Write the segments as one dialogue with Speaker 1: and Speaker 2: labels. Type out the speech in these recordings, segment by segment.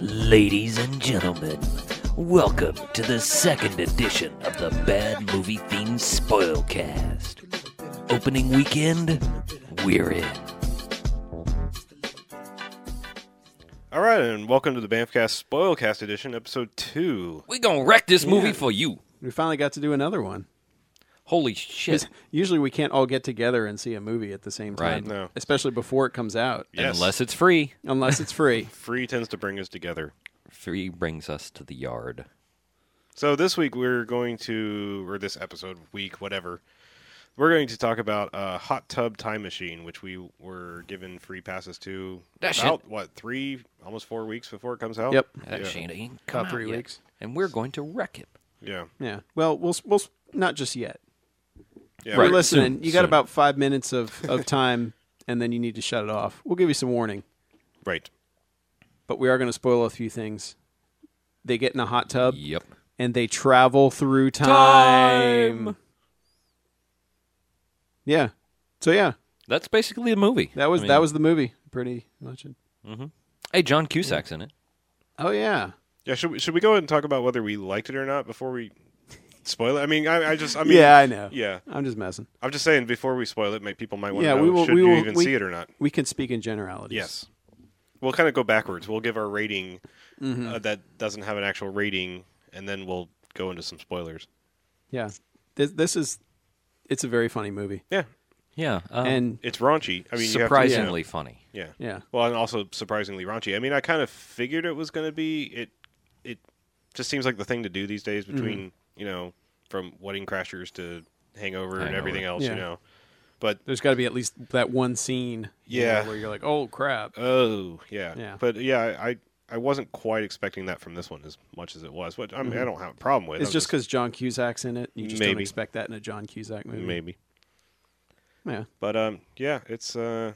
Speaker 1: Ladies and gentlemen, welcome to the second edition of the Bad Movie Themed Spoilcast. Opening weekend, we're in.
Speaker 2: All right, and welcome to the Banffcast Spoilcast Edition, Episode Two.
Speaker 3: we gonna wreck this movie for you.
Speaker 4: We finally got to do another one.
Speaker 3: Holy shit!
Speaker 4: Usually we can't all get together and see a movie at the same time,
Speaker 3: Right.
Speaker 2: No.
Speaker 4: especially before it comes out,
Speaker 2: Yes,
Speaker 3: Unless it's free,
Speaker 4: unless it's free.
Speaker 2: free tends to bring us together.
Speaker 3: free brings us to the yard.
Speaker 2: So this week we're going to, or this episode week, whatever, we're going to talk about uh, Hot Tub Time Machine, which we were given free passes to
Speaker 3: That shit-
Speaker 2: about what three, almost four weeks before it comes out.
Speaker 4: Yep.
Speaker 3: That
Speaker 2: Yeah.
Speaker 3: shit ain't come
Speaker 4: About three
Speaker 3: out yet.
Speaker 4: weeks.
Speaker 3: and we're going to wreck it.
Speaker 2: Yeah.
Speaker 4: Yeah. Well, we'll s- we'll s- not just yet.
Speaker 2: Yeah.
Speaker 4: We're
Speaker 3: Right.
Speaker 4: listening.
Speaker 3: Soon,
Speaker 4: you got
Speaker 3: soon.
Speaker 4: about five minutes of of time, and then you need to shut it off. We'll give you some warning,
Speaker 2: Right.
Speaker 4: but we are going to spoil a few things. They get in a hot tub
Speaker 3: Yep.
Speaker 4: and they travel through time. Yeah. So yeah,
Speaker 3: That's basically the movie.
Speaker 4: that was
Speaker 3: I mean-
Speaker 4: that was the movie. Pretty much. it.
Speaker 3: Hey, John Cusack's in it.
Speaker 4: Oh yeah.
Speaker 2: Yeah. Should we, should we go ahead and talk about whether we liked it or not before we spoil it? I mean, I, I just, I mean,
Speaker 4: yeah, I know.
Speaker 2: yeah.
Speaker 4: I'm just messing.
Speaker 2: I'm just saying before we spoil it, may people might want to
Speaker 4: Yeah,
Speaker 2: know
Speaker 4: we will-
Speaker 2: should
Speaker 4: we
Speaker 2: you
Speaker 4: will-
Speaker 2: even
Speaker 4: we-
Speaker 2: see it or not.
Speaker 4: We can speak in generalities.
Speaker 2: Yes. We'll kind of go backwards. We'll give our rating
Speaker 4: Mm-hmm.
Speaker 2: uh, that doesn't have an actual rating, and then we'll go into some spoilers.
Speaker 4: Yeah. This, this is, it's a very funny movie.
Speaker 2: Yeah,
Speaker 3: Yeah, um,
Speaker 4: And
Speaker 2: it's raunchy. I mean, you have to-
Speaker 3: surprisingly funny.
Speaker 2: yeah. yeah,
Speaker 4: yeah.
Speaker 2: Well, and also surprisingly raunchy. I mean, I kind of figured it was going to be it. It just seems like the thing to do these days
Speaker 4: Mm-hmm.
Speaker 2: between you know from Wedding Crashers to Hangover, and
Speaker 3: Hangover.
Speaker 2: everything else.
Speaker 4: Yeah.
Speaker 2: You know, but
Speaker 4: There's got to be at least that one scene. you
Speaker 2: Yeah.
Speaker 4: know, where you're like, oh, crap.
Speaker 2: Oh, yeah.
Speaker 4: Yeah.
Speaker 2: But yeah, I, I I wasn't quite expecting that from this one as much as it was. But I mean, I don't have a problem with.
Speaker 4: Mm-hmm. it's
Speaker 2: I'm
Speaker 4: just because John Cusack's in it. You just don't
Speaker 2: Maybe.
Speaker 4: expect that in a John Cusack movie.
Speaker 2: maybe.
Speaker 4: Yeah.
Speaker 2: But um, yeah, it's uh,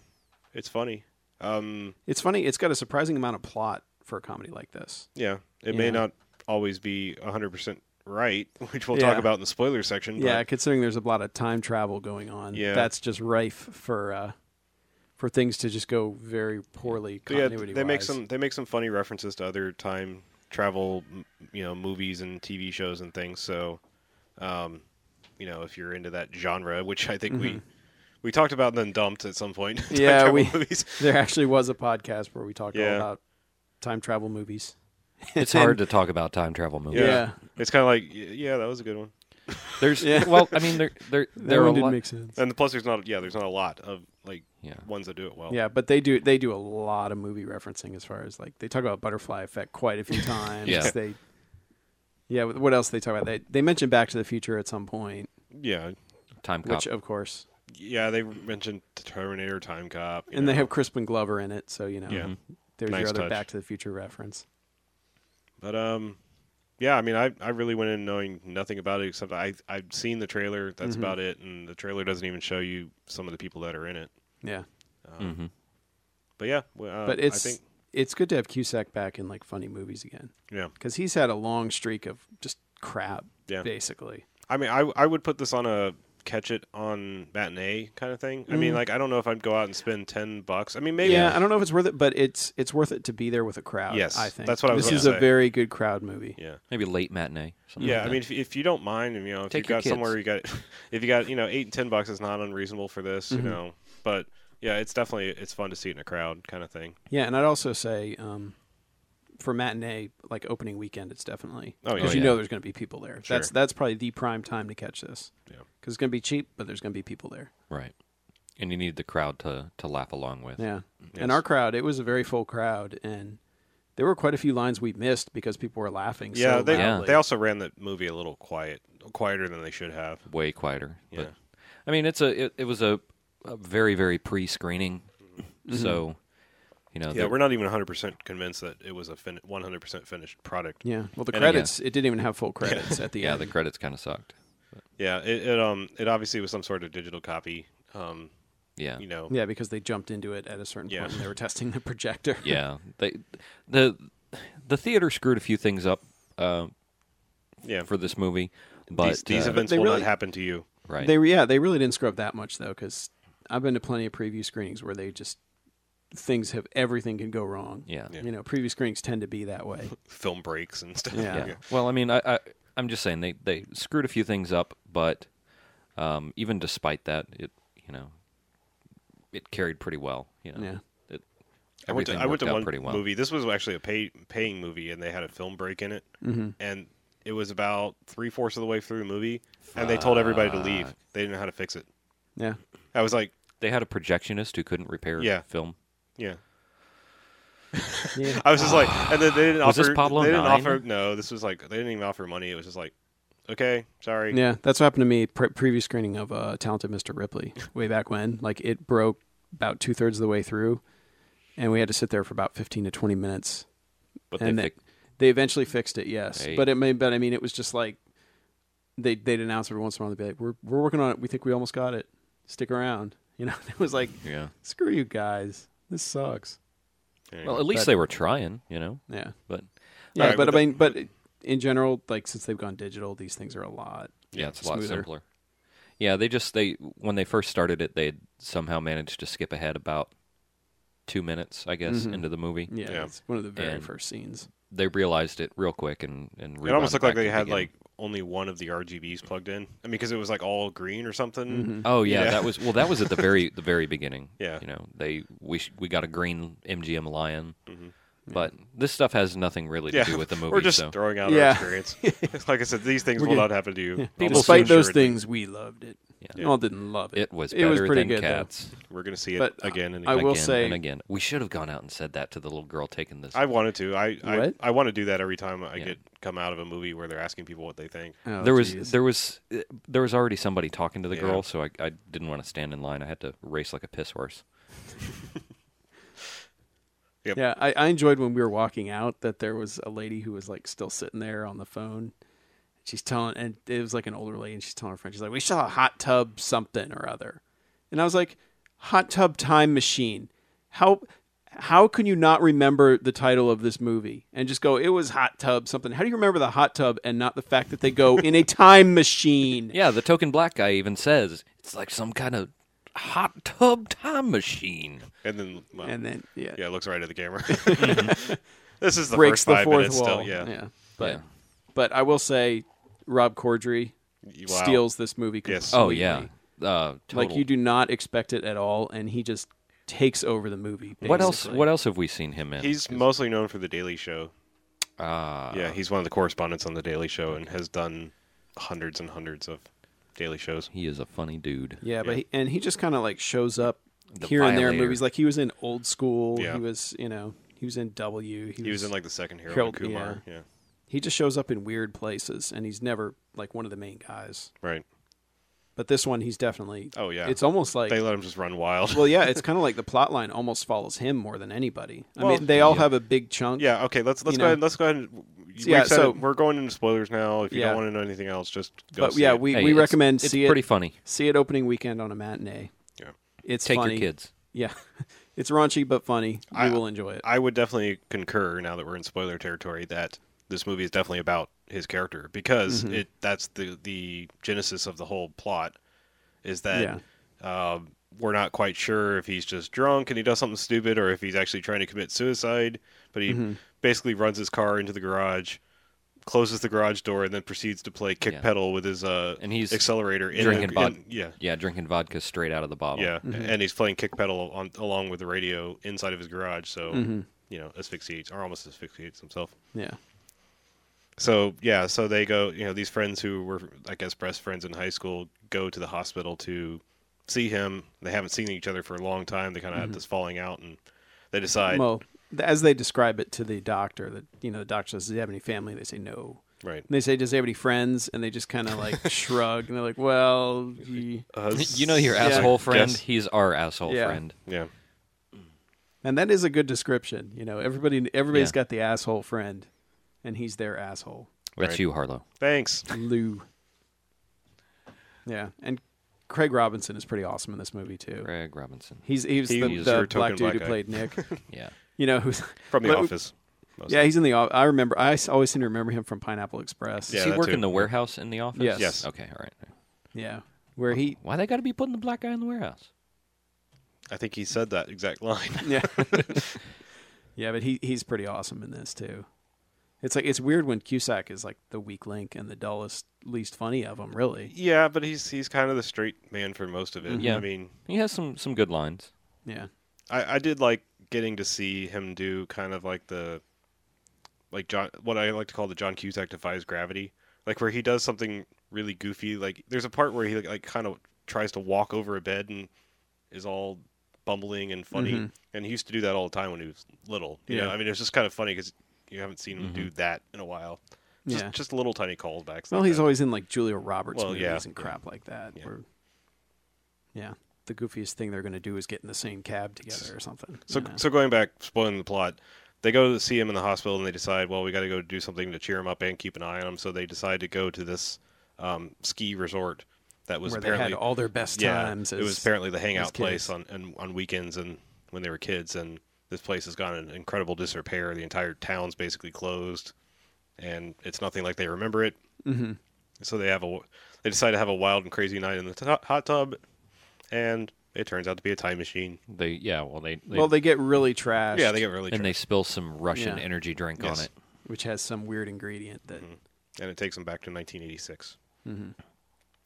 Speaker 2: it's funny. Um,
Speaker 4: It's funny. It's got a surprising amount of plot for a comedy like this.
Speaker 2: yeah, it may
Speaker 4: Yeah.
Speaker 2: not always be hundred percent right, which we'll talk
Speaker 4: Yeah.
Speaker 2: about in the spoiler section.
Speaker 4: Yeah.
Speaker 2: but
Speaker 4: Considering there's a lot of time travel going on.
Speaker 2: Yeah.
Speaker 4: That's just rife for, uh, for things to just go very poorly
Speaker 2: but yeah,
Speaker 4: continuity
Speaker 2: they make some they make some funny references to other time travel, m- you know, movies and TV shows and things. So, um, you know, if you're into that genre, which I think we. We talked about and then dumped at some point. time
Speaker 4: Mm-hmm. Yeah,
Speaker 2: travel
Speaker 4: we-
Speaker 2: movies.
Speaker 4: There actually was a podcast where we talked
Speaker 2: Yeah.
Speaker 4: all about time travel movies.
Speaker 3: It's hard to talk about time travel movies.
Speaker 2: Yeah.
Speaker 4: Yeah.
Speaker 2: It's kind of like, y- yeah, that was a good one.
Speaker 3: There's
Speaker 4: Yeah.
Speaker 3: well, I mean, there there there are
Speaker 4: that
Speaker 3: a
Speaker 4: one didn't
Speaker 3: lot.
Speaker 4: make sense.
Speaker 2: And plus, there's not, yeah, there's not a lot of like
Speaker 3: Yeah.
Speaker 2: ones that do it well.
Speaker 4: Yeah, but they do they do a lot of movie referencing as far as like they talk about butterfly effect quite a few times.
Speaker 3: Yeah.
Speaker 4: They Yeah, wh- what else they talk about? They they mention Back to the Future at some point,
Speaker 2: yeah,
Speaker 3: Time cop.
Speaker 4: which of course.
Speaker 2: yeah. They mentioned Terminator, Time Cop, you
Speaker 4: And
Speaker 2: know.
Speaker 4: they have Crispin Glover in it, so you know.
Speaker 2: Yeah.
Speaker 4: There's
Speaker 2: Nice
Speaker 4: your other
Speaker 2: touch.
Speaker 4: Back to the Future reference.
Speaker 2: But um, yeah. I mean, I, I really went in knowing nothing about it except I I've seen the trailer. That's
Speaker 4: Mm-hmm.
Speaker 2: about it. And the trailer doesn't even show you some of the people that are in it.
Speaker 4: Yeah.
Speaker 2: But yeah, well, uh,
Speaker 4: But it's
Speaker 2: I think,
Speaker 4: it's good to have Cusack back in like funny movies again
Speaker 2: yeah.
Speaker 4: cuz he's had a long streak of just crap
Speaker 2: Yeah.
Speaker 4: basically.
Speaker 2: I mean, I I would put this on a catch it on matinee kind of thing. I mean, like I don't know if I'd go out and spend ten bucks. I mean, maybe
Speaker 4: Mm. Yeah, I don't know if it's worth it, but it's it's worth it to be there with a crowd.
Speaker 2: Yes,
Speaker 4: I think
Speaker 2: that's what I was
Speaker 4: This
Speaker 2: gonna
Speaker 4: is
Speaker 2: say.
Speaker 4: a very good crowd movie.
Speaker 2: yeah.
Speaker 3: Maybe late matinee. Something
Speaker 2: Yeah,
Speaker 3: like
Speaker 2: I
Speaker 3: that.
Speaker 2: mean, if, if you don't mind, you know, if
Speaker 3: Mm-hmm. Take
Speaker 2: you
Speaker 3: your
Speaker 2: got somewhere
Speaker 3: kids.
Speaker 2: you got, if you got, you know, eight and ten bucks is not unreasonable for this,
Speaker 3: Mm-hmm.
Speaker 2: you know. But yeah, it's definitely it's fun to see it in a crowd kind of thing.
Speaker 4: Yeah, and I'd also say um, for matinee, like opening weekend, it's definitely
Speaker 2: Oh, yeah.
Speaker 4: because you
Speaker 3: Oh, yeah.
Speaker 4: know there's going to be people there. That's
Speaker 2: Sure.
Speaker 4: that's probably the prime time to catch this.
Speaker 2: Yeah.
Speaker 4: because it's going to be cheap, but there's going to be people there.
Speaker 3: right. And you need the crowd to to laugh along with.
Speaker 4: Yeah, and our crowd, it was a very full crowd, and there were quite a few lines we missed because people were laughing.
Speaker 2: yeah,
Speaker 4: so
Speaker 2: they
Speaker 4: loudly.
Speaker 2: they also ran the movie a little quiet, quieter than they should have.
Speaker 3: way quieter.
Speaker 2: Yeah.
Speaker 3: But, I mean, it's a it, it was a, a very very pre-screening,
Speaker 4: Mm-hmm.
Speaker 3: so you know,
Speaker 2: Yeah,
Speaker 3: the-
Speaker 2: we're not even 100 percent convinced that it was a 100 percent finished product.
Speaker 4: yeah. Well, the
Speaker 2: And again-
Speaker 4: credits, it didn't even have full credits at the
Speaker 3: yeah,
Speaker 4: end.
Speaker 3: the credits kind of sucked.
Speaker 2: Yeah, it, it um it obviously was some sort of digital copy. Um,
Speaker 3: Yeah,
Speaker 2: you know,
Speaker 4: yeah, because they jumped into it at a certain
Speaker 2: Yeah.
Speaker 4: point when they were testing the projector.
Speaker 3: yeah. They the the theater screwed a few things up uh,
Speaker 2: yeah.
Speaker 3: for this movie, but
Speaker 2: these these
Speaker 3: uh,
Speaker 2: events
Speaker 4: they
Speaker 2: will
Speaker 4: really-
Speaker 2: not happen to you.
Speaker 3: right.
Speaker 4: They were- yeah, they really didn't scrub that much though, because I've been to plenty of preview screenings where they just things have everything can go wrong.
Speaker 3: Yeah. Yeah.
Speaker 4: You know, preview screenings tend to be that way.
Speaker 2: film breaks and stuff.
Speaker 4: Yeah.
Speaker 3: Yeah. Well, I mean, I, I I'm just saying they they screwed a few things up, but um, even despite that, it you know it carried pretty well. You know,
Speaker 4: Yeah.
Speaker 3: It,
Speaker 2: I went to
Speaker 3: everything
Speaker 2: I went
Speaker 3: worked
Speaker 2: to
Speaker 3: out
Speaker 2: one
Speaker 3: pretty well.
Speaker 2: movie. This was actually a pay, paying movie, and they had a film break in it,
Speaker 3: Mm-hmm.
Speaker 2: and it was about three fourths of the way through the movie, and they told everybody to leave. They didn't know how to fix it.
Speaker 4: Yeah.
Speaker 2: I was like,
Speaker 3: They had a projectionist who couldn't repair
Speaker 2: Yeah.
Speaker 3: film.
Speaker 2: yeah.
Speaker 4: Yeah.
Speaker 2: I was just like, and then they didn't
Speaker 3: Was
Speaker 2: offer.
Speaker 3: this Pablo
Speaker 2: they didn't
Speaker 3: Nine?
Speaker 2: offer. No, this was like they didn't even offer money. It was just like, okay, sorry.
Speaker 4: Yeah, that's what happened to me. Pre- previous screening of uh, Talented Mr. Ripley way back when. Like it broke about two thirds of the way through, and we had to sit there for about fifteen to twenty minutes.
Speaker 3: But
Speaker 4: and
Speaker 3: they,
Speaker 4: they,
Speaker 3: fi-
Speaker 4: they eventually fixed it. Yes,
Speaker 3: Hey.
Speaker 4: but it may. But I mean, it was just like they they'd announce every once in a while. They'd be like, "We're we're working on it. We think we almost got it. Stick around." You know, it was like,
Speaker 3: yeah.
Speaker 4: "Screw you guys. This sucks."
Speaker 2: Anyway.
Speaker 3: Well, at least
Speaker 4: But-
Speaker 3: they were trying. You know,
Speaker 4: Yeah,
Speaker 3: but
Speaker 4: yeah.
Speaker 2: right,
Speaker 4: but
Speaker 2: but
Speaker 4: I mean, but in general, like since they've gone digital, these things are a lot.
Speaker 3: yeah, it's a lot
Speaker 4: smoother.
Speaker 3: simpler. Yeah, they just they when they first started it, they somehow managed to skip ahead about two minutes, I guess, into the movie.
Speaker 4: Mm-hmm. Yeah,
Speaker 2: Yeah.
Speaker 4: it's one of the very
Speaker 3: And-
Speaker 4: first scenes.
Speaker 3: They realized it real quick and and
Speaker 2: it almost
Speaker 3: rewound
Speaker 2: looked like
Speaker 3: back to
Speaker 2: they
Speaker 3: the
Speaker 2: had
Speaker 3: beginning.
Speaker 2: like only one of the RGBs plugged in. I mean, because it was like all green or something.
Speaker 3: Oh yeah,
Speaker 2: Yeah.
Speaker 3: that was well. That was at the very the very beginning.
Speaker 2: Yeah.
Speaker 3: you know they we sh- we got a green MGM lion, but this stuff has nothing really to
Speaker 2: Yeah,
Speaker 3: do with the movie.
Speaker 2: we're just
Speaker 3: so
Speaker 2: throwing out
Speaker 4: Yeah.
Speaker 2: our experience. like I said, these things
Speaker 4: We're
Speaker 2: will
Speaker 4: good.
Speaker 2: not happen to you. Almost
Speaker 4: Despite those
Speaker 2: assuredly.
Speaker 4: things, we loved it.
Speaker 3: Yeah.
Speaker 4: Y'all didn't love it.
Speaker 3: it was
Speaker 4: it
Speaker 3: better
Speaker 4: was pretty
Speaker 3: than
Speaker 4: good. though.
Speaker 3: Cats.
Speaker 2: we're going to see it
Speaker 4: But, uh,
Speaker 2: again and
Speaker 4: I
Speaker 2: again.
Speaker 4: will
Speaker 3: again
Speaker 4: say-
Speaker 3: and again. We should have gone out and said that to the little girl taking this.
Speaker 2: I wanted to. I I,
Speaker 4: What?
Speaker 2: I want to do that every time I
Speaker 3: Yeah.
Speaker 2: get come out of a movie where they're asking people what they think.
Speaker 4: Oh,
Speaker 3: there was
Speaker 4: geez.
Speaker 3: there was uh, there was already somebody talking to the
Speaker 2: Yeah.
Speaker 3: girl, so I, I didn't want to stand in line. I had to race like a piss horse.
Speaker 2: Yep.
Speaker 4: Yeah, I, I enjoyed when we were walking out that there was a lady who was like still sitting there on the phone. She's telling, and it was like an older lady, and she's telling her friend, she's like, "We saw a hot tub something or other," and I was like, "Hot tub time machine? How how can you not remember the title of this movie and just go, it was hot tub something? How do you remember the hot tub and not the fact that they go in a time machine?
Speaker 3: Yeah, the token black guy even says it's like some kind of hot tub time machine.
Speaker 2: And then well,
Speaker 4: And then yeah,
Speaker 2: yeah, looks right at the camera. this is the
Speaker 4: breaks
Speaker 2: first five
Speaker 4: the fourth
Speaker 2: minutes still.
Speaker 4: wall.
Speaker 2: Yeah.
Speaker 4: but
Speaker 3: Yeah.
Speaker 4: but I will say, Rob Corddry
Speaker 2: You- wow.
Speaker 4: steals this movie.
Speaker 2: Yes.
Speaker 3: Oh
Speaker 4: completely.
Speaker 3: yeah, uh,
Speaker 4: like
Speaker 3: total.
Speaker 4: you do not expect it at all, and he just takes over the movie. Basically.
Speaker 3: What else? What else have we seen him in?
Speaker 2: He's mostly known for The Daily Show.
Speaker 3: Ah,
Speaker 2: yeah, he's one of the correspondents on The Daily Show and has done hundreds and hundreds of daily shows.
Speaker 3: he is a funny dude.
Speaker 4: Yeah, but he, and he just kind of like shows up
Speaker 3: The
Speaker 4: here and there in
Speaker 3: Violator.
Speaker 4: movies. Like he was in Old School.
Speaker 2: Yeah.
Speaker 4: He was, you know, he was in W.
Speaker 2: He was in like the second Harold,
Speaker 4: Harold-
Speaker 2: and Kumar. Yeah.
Speaker 4: He just shows up in weird places, and he's never like one of the main guys.
Speaker 2: Right.
Speaker 4: But this one, he's definitely.
Speaker 2: Oh, yeah.
Speaker 4: It's almost like.
Speaker 2: They let him just run wild.
Speaker 4: well, yeah, it's kind of like the plot line almost follows him more than anybody. I
Speaker 2: Well-
Speaker 4: mean, they all
Speaker 3: Yeah.
Speaker 4: have a big chunk.
Speaker 2: yeah, okay, let's let's
Speaker 4: You
Speaker 2: go
Speaker 4: know.
Speaker 2: ahead let's go ahead and we've
Speaker 4: Yeah,
Speaker 2: said
Speaker 4: so-
Speaker 2: it. we're going into spoilers now. If you
Speaker 4: Yeah.
Speaker 2: don't want to know anything else, just go
Speaker 4: but
Speaker 2: see
Speaker 4: yeah,
Speaker 2: it.
Speaker 4: we,
Speaker 3: Hey,
Speaker 4: we
Speaker 3: it's-
Speaker 4: recommend
Speaker 3: It's
Speaker 4: see it.
Speaker 3: pretty funny.
Speaker 4: See it opening weekend on a matinee.
Speaker 2: Yeah.
Speaker 4: It's
Speaker 3: Take
Speaker 4: funny.
Speaker 3: your kids.
Speaker 4: Yeah, it's raunchy but funny. You
Speaker 2: I-
Speaker 4: will enjoy it.
Speaker 2: I would definitely concur now that we're in spoiler territory that this movie is definitely about his character because
Speaker 3: Mm-hmm.
Speaker 2: it that's the the genesis of the whole plot is that um, we're not quite sure if he's just drunk and he does something stupid or if he's actually trying to commit suicide but he
Speaker 3: Mm-hmm.
Speaker 2: basically runs his car into the garage closes the garage door and then proceeds to play kick
Speaker 3: Yeah.
Speaker 2: pedal with his uh
Speaker 3: And he's
Speaker 2: accelerator in the-
Speaker 3: drinking vodka.
Speaker 2: in- yeah
Speaker 3: Yeah, drinking vodka straight out of the bottle.
Speaker 2: yeah,
Speaker 4: Mm-hmm.
Speaker 2: and he's playing kick pedal on, along with the radio inside of his garage, so
Speaker 4: Mm-hmm.
Speaker 2: you know asphyxiates or almost asphyxiates himself.
Speaker 4: yeah,
Speaker 2: So yeah, so they go. You know, these friends who were, I guess, best friends in high school go to the hospital to see him. They haven't seen each other for a long time. They kind of have this falling out, and they decide,
Speaker 4: Mm-hmm. well, th- as they describe it to the doctor, that you know, the doctor says, "Does he have any family?" They say no.
Speaker 2: right?
Speaker 4: And they say, "Does he have any friends?" And they just kind of like shrug, and they're like, "Well, he...
Speaker 3: Uh, You know your
Speaker 4: Yeah.
Speaker 3: asshole friend.
Speaker 2: Yes.
Speaker 3: He's our asshole
Speaker 4: Yeah.
Speaker 3: friend.
Speaker 2: Yeah,
Speaker 4: and that is a good description." You know, everybody, everybody's
Speaker 3: Yeah.
Speaker 4: got the asshole friend, and he's their asshole,
Speaker 3: That's
Speaker 2: Right.
Speaker 3: you, Harlow.
Speaker 2: thanks.
Speaker 4: Lou. yeah, and Craig Robinson is pretty awesome in this movie too.
Speaker 3: Greg Robinson.
Speaker 4: He's he was
Speaker 2: He
Speaker 4: the,
Speaker 2: was
Speaker 4: the
Speaker 2: your token
Speaker 4: black dude
Speaker 2: black
Speaker 4: who
Speaker 2: guy.
Speaker 4: played Nick.
Speaker 3: Yeah.
Speaker 4: you know, who's
Speaker 2: From the
Speaker 4: But-
Speaker 2: office. mostly.
Speaker 4: Yeah, he's in the. o- I remember. I s- always seem to remember him from Pineapple Express.
Speaker 2: Yeah,
Speaker 3: Does he
Speaker 2: that
Speaker 3: work
Speaker 2: too.
Speaker 3: in the warehouse in the office?
Speaker 4: Yes.
Speaker 2: Yes.
Speaker 3: Okay. All right.
Speaker 4: Yeah. Where he?
Speaker 3: Why they got to be putting the black guy in the warehouse?
Speaker 2: I think he said that exact line.
Speaker 4: Yeah. yeah, but he he's pretty awesome in this too. It's like it's weird when Cusack is like the weak link and the dullest, least funny of them, really.
Speaker 2: yeah, but he's he's kind of the straight man for most of it.
Speaker 3: Mm-hmm. Yeah.
Speaker 2: I mean,
Speaker 3: He has some some good lines.
Speaker 4: Yeah.
Speaker 2: I, I did like getting to see him do kind of like the like John what I like to call the John Cusack defies gravity, like where he does something really goofy. Like there's a part where he like, kind of tries to walk over a bed and is all bumbling and funny.
Speaker 4: Mhm.
Speaker 2: And he used to do that all the time when he was little. You know,
Speaker 4: Yeah. Mm-hmm.
Speaker 2: I mean, it's just kind of funny because you haven't seen him do that in a while. Just,
Speaker 4: Yeah.
Speaker 2: just little tiny callbacks.
Speaker 4: Well,
Speaker 2: like
Speaker 4: he's
Speaker 2: that.
Speaker 4: always in like Julia Roberts
Speaker 2: Well,
Speaker 4: movies
Speaker 2: yeah,
Speaker 4: and crap like that.
Speaker 2: Yeah.
Speaker 4: Where, yeah, the goofiest thing they're going to do is get in the same cab together or something.
Speaker 2: So,
Speaker 4: you know?
Speaker 2: so going back, spoiling the plot, they go to see him in the hospital and they decide, well, we got to go do something to cheer him up and keep an eye on him. So they decide to go to this um, ski resort that was
Speaker 4: where they
Speaker 2: apparently
Speaker 4: had all their best
Speaker 2: yeah,
Speaker 4: times.
Speaker 2: it
Speaker 4: as-
Speaker 2: was apparently the hangout
Speaker 4: kids.
Speaker 2: place on and, on weekends and when they were kids. And this place has gone in incredible disrepair. The entire town's basically closed, and it's nothing like they remember it.
Speaker 4: Mhm.
Speaker 2: So they have a they decide to have a wild and crazy night in the t- hot tub, and it turns out to be a time machine.
Speaker 3: They yeah, well they, they
Speaker 4: well, they get really trashed.
Speaker 2: Yeah, they get really
Speaker 3: and they spill some Russian
Speaker 4: Yeah.
Speaker 3: energy drink
Speaker 2: Yes.
Speaker 3: on it.
Speaker 4: which has some weird ingredient
Speaker 2: Mm-hmm.
Speaker 4: that
Speaker 2: and it takes them back to 1986.
Speaker 4: Mm-hmm.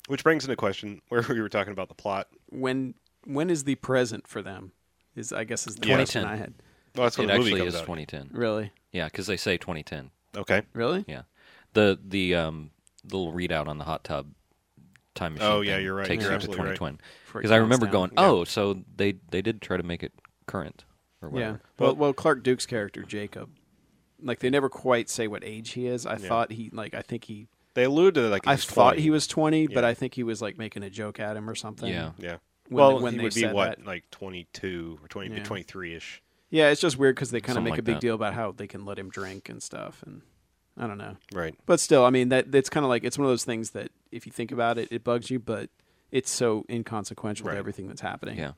Speaker 2: Which brings into question where we were talking about the plot.
Speaker 4: when when is the present for them is I guess is the
Speaker 2: Yeah.
Speaker 4: question
Speaker 3: 2010.
Speaker 4: I had.
Speaker 2: Well, that's when
Speaker 3: It
Speaker 2: the movie
Speaker 3: actually
Speaker 2: comes
Speaker 3: is
Speaker 2: out.
Speaker 3: 2010.
Speaker 4: Really,
Speaker 3: Yeah, because they say 2010.
Speaker 2: Okay.
Speaker 4: really?
Speaker 3: Yeah, the the um the little readout on the hot tub time machine.
Speaker 2: Oh, yeah,
Speaker 3: thing
Speaker 2: you're right.
Speaker 3: Takes
Speaker 2: You're
Speaker 3: you up to
Speaker 2: absolutely right.
Speaker 3: 2020
Speaker 4: Before it
Speaker 3: because I
Speaker 4: counts
Speaker 3: remember
Speaker 4: down.
Speaker 3: going, oh, so they they did try to make it current or
Speaker 4: Yeah.
Speaker 3: whatever.
Speaker 4: Well, well, Clark Duke's character Jacob, like they never quite say what age he is. I thought he like I think he
Speaker 2: They allude to like
Speaker 4: I
Speaker 2: he's
Speaker 4: thought
Speaker 2: 20.
Speaker 4: he was 20, but
Speaker 2: Yeah.
Speaker 4: I think he was like making a joke at him or something.
Speaker 3: Yeah.
Speaker 2: Yeah.
Speaker 4: when-
Speaker 2: well,
Speaker 4: when
Speaker 2: he
Speaker 4: they
Speaker 2: would be
Speaker 4: said
Speaker 2: what
Speaker 4: that.
Speaker 2: like 22 or 20
Speaker 4: Yeah.
Speaker 2: 23 ish.
Speaker 4: Yeah, it's just weird because they kind of
Speaker 3: Something
Speaker 4: make a
Speaker 3: like
Speaker 4: big
Speaker 3: that.
Speaker 4: deal about how they can let him drink and stuff, and I don't know.
Speaker 2: Right.
Speaker 4: But still, I mean that it's kind of like it's one of those things that if you think about it, it bugs you, but it's so inconsequential
Speaker 2: Right.
Speaker 4: to everything that's happening.
Speaker 3: Yeah,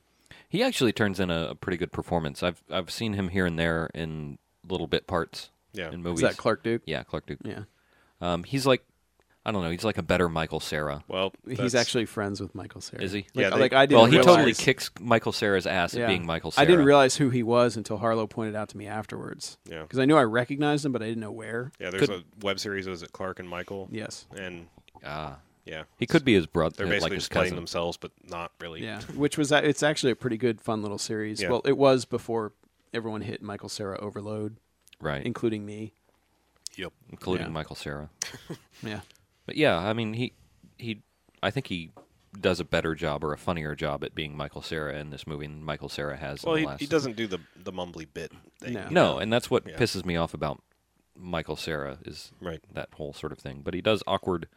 Speaker 3: he actually turns in a, a pretty good performance. I've I've seen him here and there in little bit parts.
Speaker 2: Yeah.
Speaker 3: in
Speaker 4: Is
Speaker 3: movies.
Speaker 4: that Clark Duke?
Speaker 3: Yeah, Clark Duke.
Speaker 4: Yeah.
Speaker 3: Um, he's like, I don't know, he's like a better Michael Sarah.
Speaker 2: Well,
Speaker 4: He's
Speaker 2: that's-
Speaker 4: actually friends with Michael Sarah.
Speaker 3: Is he?
Speaker 4: Like,
Speaker 2: Yeah, they-
Speaker 4: like I didn't.
Speaker 3: Well, he
Speaker 4: realize,
Speaker 3: totally kicks Michael Sarah's ass
Speaker 4: yeah.
Speaker 3: at being Michael Sarah.
Speaker 4: I didn't realize who he was until Harlow pointed out to me afterwards.
Speaker 2: Yeah.
Speaker 4: Because I knew I recognized him, but I didn't know where.
Speaker 2: Yeah, there's
Speaker 3: could-
Speaker 2: a web series was it Clark and Michael?
Speaker 4: Yes.
Speaker 2: And
Speaker 3: Ah,
Speaker 2: yeah.
Speaker 3: he could be his brother.
Speaker 2: They're basically
Speaker 3: like his
Speaker 2: just playing
Speaker 3: cousin.
Speaker 2: themselves but not really.
Speaker 4: Yeah, which was uh, it's actually a pretty good, fun little series.
Speaker 2: Yeah.
Speaker 4: Well, it was before everyone hit Michael Sarah overload,
Speaker 3: right?
Speaker 4: including me.
Speaker 2: Yep.
Speaker 3: including
Speaker 4: yeah.
Speaker 3: Michael Sarah.
Speaker 4: Yeah,
Speaker 3: But yeah, I mean, he he, I think he does a better job or a funnier job at being Michael Sarah in this movie than Michael Sarah has.
Speaker 2: Well,
Speaker 3: in
Speaker 2: he,
Speaker 3: the last...
Speaker 2: he doesn't do the the mumbly bit thing.
Speaker 4: No.
Speaker 3: No, and that's what
Speaker 2: Yeah.
Speaker 3: pisses me off about Michael Sarah is
Speaker 2: Right.
Speaker 3: that whole sort of thing. But he does awkward,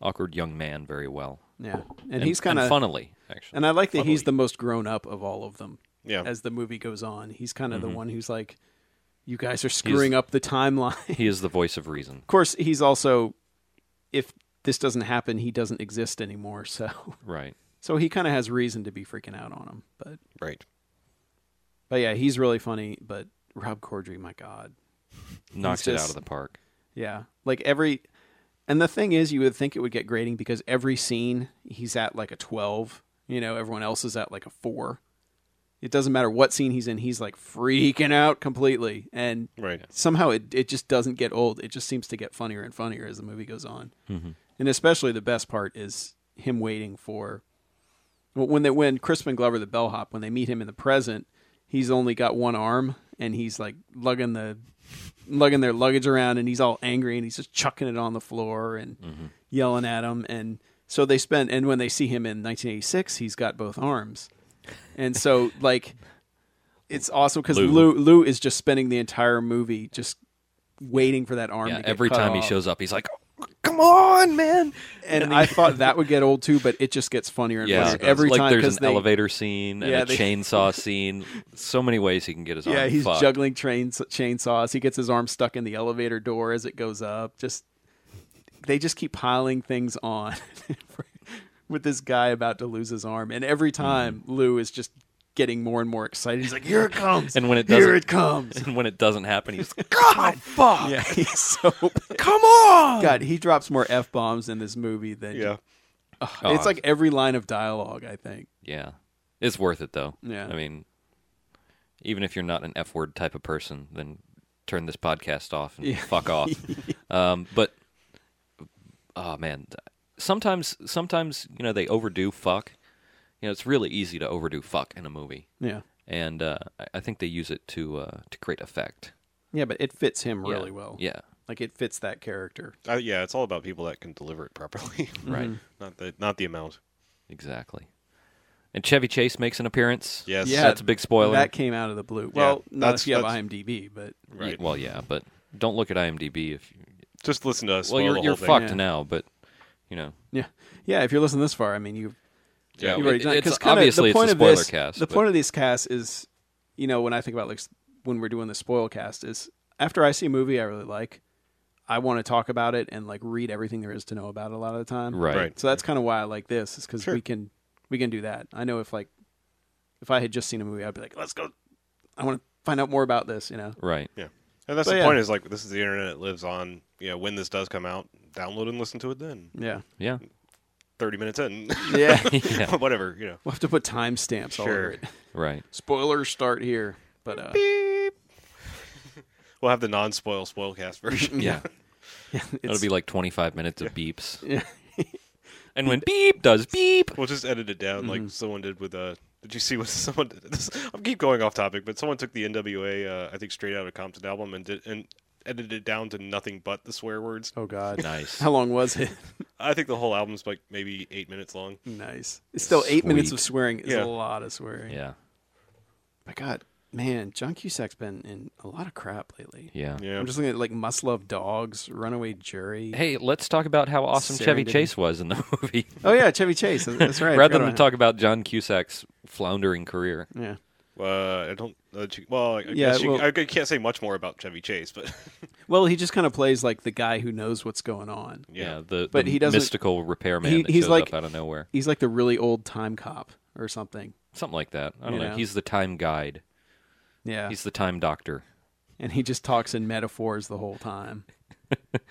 Speaker 3: awkward young man very well,
Speaker 4: yeah, and, he's kind
Speaker 3: and
Speaker 4: of
Speaker 3: funnily actually.
Speaker 4: and I like that he's
Speaker 2: funnily.
Speaker 4: the most grown up of all of them.
Speaker 2: Yeah.
Speaker 4: As the movie goes on, he's kind
Speaker 3: Mm-hmm.
Speaker 4: of the one who's like, "You guys are screwing up the timeline."
Speaker 3: he is the voice of reason,
Speaker 4: of course, he's also, if this doesn't happen, he doesn't exist anymore. So,
Speaker 3: right?
Speaker 4: so he kind of has reason to be freaking out on him. But,
Speaker 2: Right.
Speaker 4: but yeah, he's really funny. But Rob Corddry, my god,
Speaker 3: Knocks it out
Speaker 4: just-
Speaker 3: of the park.
Speaker 4: Yeah. Like every and the thing is you would think it would get grading because every scene he's at like a 12, you know, everyone else is at like a 4. It doesn't matter what scene he's in, he's like freaking out completely and
Speaker 2: Right.
Speaker 4: somehow it it just doesn't get old. It just seems to get funnier and funnier as the movie goes on. And especially the best part is him waiting for well, when they when Crispin Glover the bellhop when they meet him in the present, he's only got one arm and he's like lugging the lugging their luggage around and he's all angry and he's just chucking it on the floor and
Speaker 3: Mm-hmm.
Speaker 4: yelling at him and so they spend and when they see him in 1986 he's got both arms and so like it's awesome because
Speaker 3: Lou.
Speaker 4: Lou Lou is just spending the entire movie just waiting for that arm
Speaker 3: Yeah,
Speaker 4: to get
Speaker 3: every
Speaker 4: cut
Speaker 3: time he
Speaker 4: off.
Speaker 3: shows up, he's like, "Oh, "Come on, man!"
Speaker 4: and, I thought that would get old too but it just gets funnier and
Speaker 3: Yeah,
Speaker 4: funnier every
Speaker 3: like
Speaker 4: time
Speaker 3: there's
Speaker 4: 'cause
Speaker 3: an
Speaker 4: they-
Speaker 3: elevator scene and
Speaker 4: Yeah,
Speaker 3: a
Speaker 4: they-
Speaker 3: chainsaw scene. So many ways he can get his
Speaker 4: yeah
Speaker 3: arm
Speaker 4: he's
Speaker 3: fucked.
Speaker 4: juggling trains chainsaws he gets his arm stuck in the elevator door as it goes up just they just keep piling things on with this guy about to lose his arm and
Speaker 3: Hmm.
Speaker 4: every time Lou is just getting more and more excited he's like here it comes
Speaker 3: And when it
Speaker 4: here
Speaker 3: doesn't-
Speaker 4: it comes
Speaker 3: and when it doesn't happen, he's like, "God, fuck!"
Speaker 4: yeah he's so
Speaker 3: Come on!
Speaker 4: god he drops more f bombs in this movie than
Speaker 2: Yeah.
Speaker 4: it's like every line of dialogue I think
Speaker 3: Yeah. It's worth it though.
Speaker 4: Yeah.
Speaker 3: I mean, even if you're not an F word type of person, then turn this podcast off and
Speaker 4: Yeah.
Speaker 3: fuck off. um, but oh man, sometimes sometimes you know they overdo fuck. You know, it's really easy to overdo fuck in a movie,
Speaker 4: Yeah.
Speaker 3: and uh, I- I think they use it to uh, to create effect.
Speaker 4: Yeah, but it fits him
Speaker 3: Yeah.
Speaker 4: really well.
Speaker 3: Yeah.
Speaker 4: Like it fits that character.
Speaker 2: Uh, yeah, it's all about people that can deliver it properly.
Speaker 3: Right.
Speaker 2: not the not the amount.
Speaker 3: Exactly. And Chevy Chase makes an appearance.
Speaker 2: Yes.
Speaker 4: Yeah.
Speaker 3: That's a big spoiler.
Speaker 4: That came out of the blue. Well, not
Speaker 2: that's-
Speaker 4: if you have
Speaker 2: that's-
Speaker 4: IMDb, but
Speaker 3: Y-
Speaker 2: Right.
Speaker 3: Well, yeah, but don't look at IMDb if you,
Speaker 2: Just listen to us.
Speaker 3: well you're
Speaker 2: the
Speaker 3: you're
Speaker 2: whole thing.
Speaker 3: fucked
Speaker 4: Yeah.
Speaker 3: now, but you know
Speaker 4: yeah, yeah. If you're listening this far, I mean, you
Speaker 2: Yeah.
Speaker 4: You've
Speaker 3: it-
Speaker 4: already done it,
Speaker 3: it's
Speaker 4: 'cause kinda
Speaker 3: obviously
Speaker 4: the
Speaker 3: it's a
Speaker 4: point of
Speaker 3: spoiler
Speaker 4: this-
Speaker 3: cast,
Speaker 4: The
Speaker 3: but-
Speaker 4: point of these casts is, you know, when I think about like s- when we're doing the spoil cast, is after I see a movie I really like, I want to talk about it and like read everything there is to know about it a lot of the time.
Speaker 3: right.
Speaker 2: Right.
Speaker 4: So that's kind of why I like this, is because
Speaker 2: Sure.
Speaker 4: we can we can do that. I know if like if I had just seen a movie, I'd be like, let's go. I want to find out more about this. You know.
Speaker 3: Right.
Speaker 2: Yeah, and that's
Speaker 4: But
Speaker 2: the
Speaker 4: yeah.
Speaker 2: point. Is like this is the internet. It lives on. You know, when this does come out, download and listen to it. Then
Speaker 4: Yeah.
Speaker 3: Yeah.
Speaker 2: thirty minutes in,
Speaker 4: Yeah.
Speaker 3: yeah.
Speaker 2: whatever. You know.
Speaker 4: we'll have to put timestamps all over
Speaker 2: Sure.
Speaker 4: it.
Speaker 3: Right.
Speaker 4: Spoilers start here, but uh,
Speaker 2: We'll have the non-spoil spoilcast version.
Speaker 3: Yeah.
Speaker 4: it's,
Speaker 3: It'll be like 25 minutes of beeps.
Speaker 4: Yeah.
Speaker 3: and when beep does beep.
Speaker 2: We'll just edit it down
Speaker 3: Mm-hmm.
Speaker 2: like someone did with uh Did you see what someone did? This, I keep going off topic, but someone took the NWA, uh, I think, straight out of Compton album and did and edited it down to nothing but the swear words.
Speaker 4: oh god.
Speaker 3: Nice.
Speaker 4: How long was it?
Speaker 2: I think the whole album's like maybe eight minutes long.
Speaker 4: Nice. It's still eight minutes of
Speaker 3: Sweet.
Speaker 4: swearing. Is
Speaker 2: Yeah.
Speaker 4: a lot of swearing.
Speaker 3: Yeah.
Speaker 4: But God, man, John Cusack's been in a lot of crap lately.
Speaker 3: Yeah.
Speaker 2: Yeah,
Speaker 4: I'm just looking at like Must Love Dogs, Runaway Jury.
Speaker 3: Hey, let's talk about how awesome Chevy
Speaker 4: Serendipity.
Speaker 3: Chase was in the movie.
Speaker 4: Oh yeah, Chevy Chase. That's- That's right. I
Speaker 3: Rather
Speaker 4: forgot
Speaker 3: than
Speaker 4: about
Speaker 3: talk about John Cusack's floundering career.
Speaker 4: him. Yeah.
Speaker 2: uh, I don't. Uh, you- well, I,
Speaker 4: Yeah,
Speaker 2: guess you,
Speaker 4: well-
Speaker 2: I can't say much more about Chevy Chase, but
Speaker 4: Well, he just kind of plays like the guy who knows what's going on.
Speaker 3: Yeah.
Speaker 2: yeah,
Speaker 3: the,
Speaker 4: But
Speaker 3: the
Speaker 4: he doesn't-
Speaker 3: mystical repairman
Speaker 4: he-
Speaker 3: that
Speaker 4: he's
Speaker 3: shows
Speaker 4: like-
Speaker 3: up out of nowhere.
Speaker 4: He's like the really old time cop or something.
Speaker 3: Something like that. I don't
Speaker 4: You
Speaker 3: know.
Speaker 4: know.
Speaker 3: He's the time guide.
Speaker 4: Yeah.
Speaker 3: He's the time doctor.
Speaker 4: and he just talks in metaphors the whole time.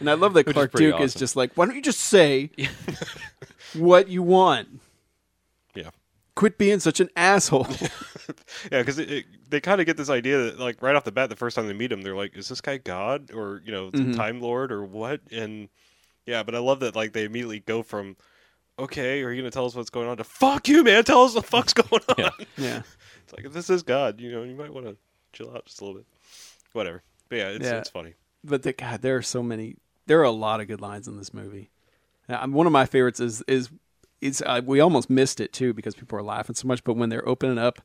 Speaker 4: And I love that
Speaker 3: Which is
Speaker 4: Clark
Speaker 3: pretty
Speaker 4: Duke is
Speaker 3: awesome.
Speaker 4: just like, why don't you just say what you want?
Speaker 2: yeah.
Speaker 4: Quit being such an asshole.
Speaker 2: Yeah, because it, it, they kind of get this idea that, like, right off the bat, the first time they meet him, they're like, "Is this guy God or you know
Speaker 4: Mm-hmm.
Speaker 2: Time Lord or what?" And yeah, but I love that like they immediately go from, "Okay, are you gonna tell us what's going on?" to "Fuck you, man! Tell us what the fuck's going on."
Speaker 4: Mm-hmm. yeah.
Speaker 2: It's like if this is God, you know, you might want to chill out just a little bit. Whatever. But yeah, it's
Speaker 4: Yeah.
Speaker 2: it's funny.
Speaker 4: but the, God, there are so many. There are a lot of good lines in this movie. Now, Uh, I'm, one of my favorites is is it's uh, we almost missed it too because people are laughing so much. But when they're opening up,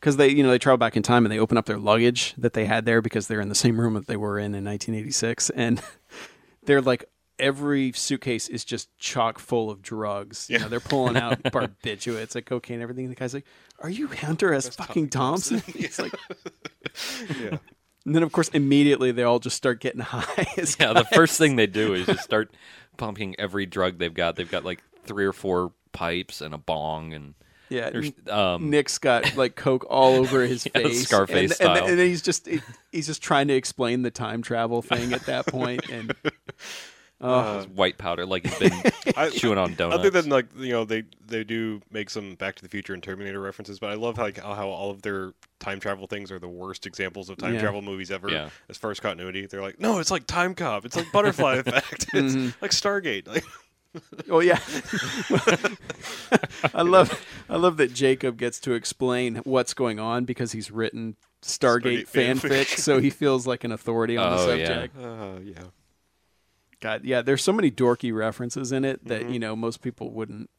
Speaker 4: because they you know they travel back in time and they open up their luggage that they had there because they're in the same room that they were in in 1986, and they're like every suitcase is just chock full of drugs. You know, they're pulling out barbiturates, like cocaine, everything. And the guy's like, "Are you Hunter S. fucking Thompson?" It's like.
Speaker 2: Yeah.
Speaker 4: And then, of course, immediately they all just start getting high. as
Speaker 3: Yeah, the first thing they do is just start pumping every drug they've got. They've got like three or four pipes and a bong and
Speaker 4: Yeah,
Speaker 3: there's,
Speaker 4: N-
Speaker 3: um,
Speaker 4: Nick's got like coke all over his
Speaker 3: Yeah,
Speaker 4: face,
Speaker 3: Scarface
Speaker 4: and, and,
Speaker 3: style.
Speaker 4: and then he's just he- he's just trying to explain the time travel thing at that point, and
Speaker 3: white powder like he's been
Speaker 2: I-
Speaker 3: chewing on donuts.
Speaker 2: Other than like you know they they do make some Back to the Future and Terminator references, but I love how, like how how all of their time travel things are the worst examples of time
Speaker 4: Yeah.
Speaker 2: travel movies ever
Speaker 3: Yeah.
Speaker 2: as far as continuity. They're like, no, it's like Time Cop, it's like Butterfly Effect, it's
Speaker 4: Mm-hmm.
Speaker 2: like Stargate. Like,
Speaker 4: oh yeah, I love I love that Jacob gets to explain what's going on because he's written Stargate,
Speaker 2: Stargate
Speaker 4: fanfic,
Speaker 2: fanfic.
Speaker 4: so he feels like an authority on the
Speaker 3: Oh, yeah.
Speaker 4: subject.
Speaker 2: uh, yeah,
Speaker 4: God, yeah, there's so many dorky references in it
Speaker 2: Mm-hmm.
Speaker 4: that you know most people wouldn't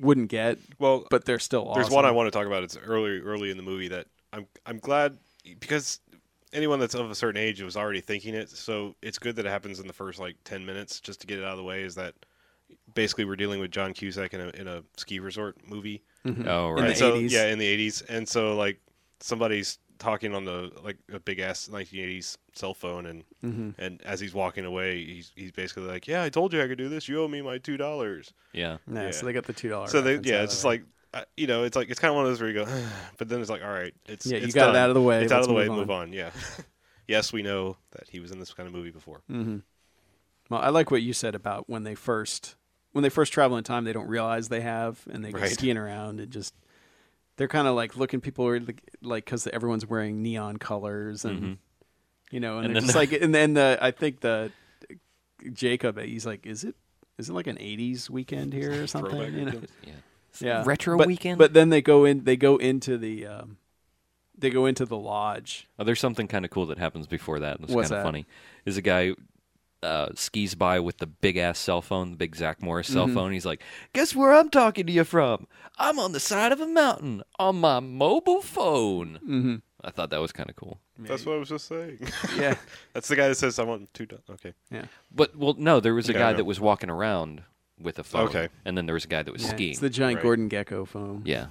Speaker 4: wouldn't get,
Speaker 2: well,
Speaker 4: but they're still awesome.
Speaker 2: there's one I want to talk about. It's early early in the movie that I'm I'm glad because anyone that's of a certain age was already thinking it, so it's good that it happens in the first like ten minutes just to get it out of the way. Is that basically we're dealing with John Cusack in a in a ski resort movie.
Speaker 3: oh
Speaker 4: In
Speaker 2: And
Speaker 3: right,
Speaker 4: the
Speaker 2: so
Speaker 4: 80s.
Speaker 2: yeah, in the eighties, and so like somebody's talking on the like a big ass nineteen eighties cell phone, and
Speaker 4: Mm-hmm.
Speaker 2: and as he's walking away, he's he's basically like, "Yeah, I told you I could do this. You owe me my two dollars."
Speaker 3: yeah,
Speaker 4: Nah, So
Speaker 2: yeah.
Speaker 4: they got the two dollars.
Speaker 2: So they yeah, it's just like uh, you know, it's like it's kind of one of those where you go, but then it's like, all right, it's
Speaker 4: Yeah, you
Speaker 2: it's
Speaker 4: got it
Speaker 2: done.
Speaker 4: out of the way,
Speaker 2: It's out
Speaker 4: let's
Speaker 2: of the way.
Speaker 4: move on."
Speaker 2: Move on. Yeah. yes, we know that he was in this kind of movie before.
Speaker 4: Hmm. Well, I like what you said about when they first when they first travel in time, they don't realize they have, and they go
Speaker 2: Right.
Speaker 4: skiing around and just they're kind of like looking people are like like because everyone's wearing neon colors
Speaker 2: Mm-hmm.
Speaker 4: and you know and,
Speaker 3: And
Speaker 4: they're
Speaker 3: then
Speaker 4: just
Speaker 3: the-
Speaker 4: like and then the I think the Jacob he's like is it is it like an 80s weekend here or
Speaker 2: Throwback
Speaker 4: something you know
Speaker 3: Yeah.
Speaker 4: yeah
Speaker 3: Retro
Speaker 4: But-
Speaker 3: weekend?
Speaker 4: but then they go in they go into the um they go into the lodge
Speaker 3: Oh, there's something kind of cool that happens before that. and It's
Speaker 4: What's
Speaker 3: kind of
Speaker 4: that?
Speaker 3: funny. Is a guy uh, skis by with the big ass cell phone, the big Zach Morris cell
Speaker 4: Mm-hmm.
Speaker 3: phone. He's like, "Guess where I'm talking to you from? I'm on the side of a mountain on my mobile phone." Mm-hmm. I thought that was kind of cool.
Speaker 2: That's what I was just saying.
Speaker 4: yeah
Speaker 2: That's the guy that says I want two. Do-. Okay.
Speaker 4: yeah
Speaker 3: But well, no, there was a
Speaker 2: Yeah, I
Speaker 3: guy
Speaker 2: know.
Speaker 3: that was walking around with a phone.
Speaker 2: Okay.
Speaker 3: And then there was a guy that was
Speaker 4: Yeah,
Speaker 3: skiing.
Speaker 4: it's the giant
Speaker 2: Right.
Speaker 4: Gordon Gecko foam
Speaker 3: yeah.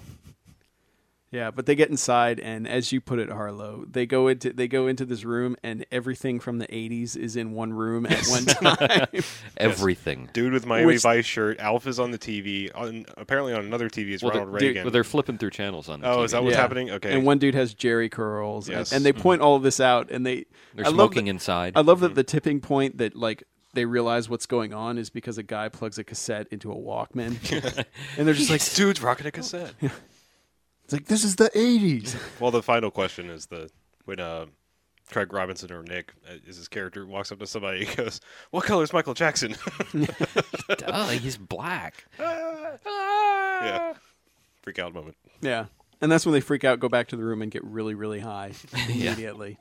Speaker 4: Yeah, but they get inside, and as you put it, Harlow, they go into they go into this room, and everything from the '80s is in one room at one time.
Speaker 3: Everything.
Speaker 2: Dude with Miami
Speaker 4: Which-
Speaker 2: Vice shirt. Alf is on the TV. On apparently on another TV is
Speaker 3: Well,
Speaker 2: Ronald
Speaker 3: they're,
Speaker 2: Reagan.
Speaker 3: well, they're flipping through channels on the
Speaker 2: oh,
Speaker 3: TV.
Speaker 2: is that what's
Speaker 4: Yeah.
Speaker 2: happening? Okay.
Speaker 4: And one dude has Jerry curls, and-
Speaker 2: Yes.
Speaker 4: and, they point all of this out, and they
Speaker 3: They're
Speaker 4: I love
Speaker 3: smoking
Speaker 4: that-
Speaker 3: inside.
Speaker 4: I love
Speaker 2: Mm-hmm.
Speaker 4: that the tipping point that like they realize what's going on is because a guy plugs a cassette into a Walkman, and they're just like, it's
Speaker 2: dude's rocking a cassette.
Speaker 4: like this is the '80s.
Speaker 2: well, the final question is the when uh, Craig Robinson or Nick uh, is his character walks up to somebody and goes, "What color is Michael Jackson?"
Speaker 3: Duh, Oh, he's black.
Speaker 2: yeah. Freak out moment.
Speaker 4: yeah, and that's when they freak out, go back to the room, and get really, really high immediately.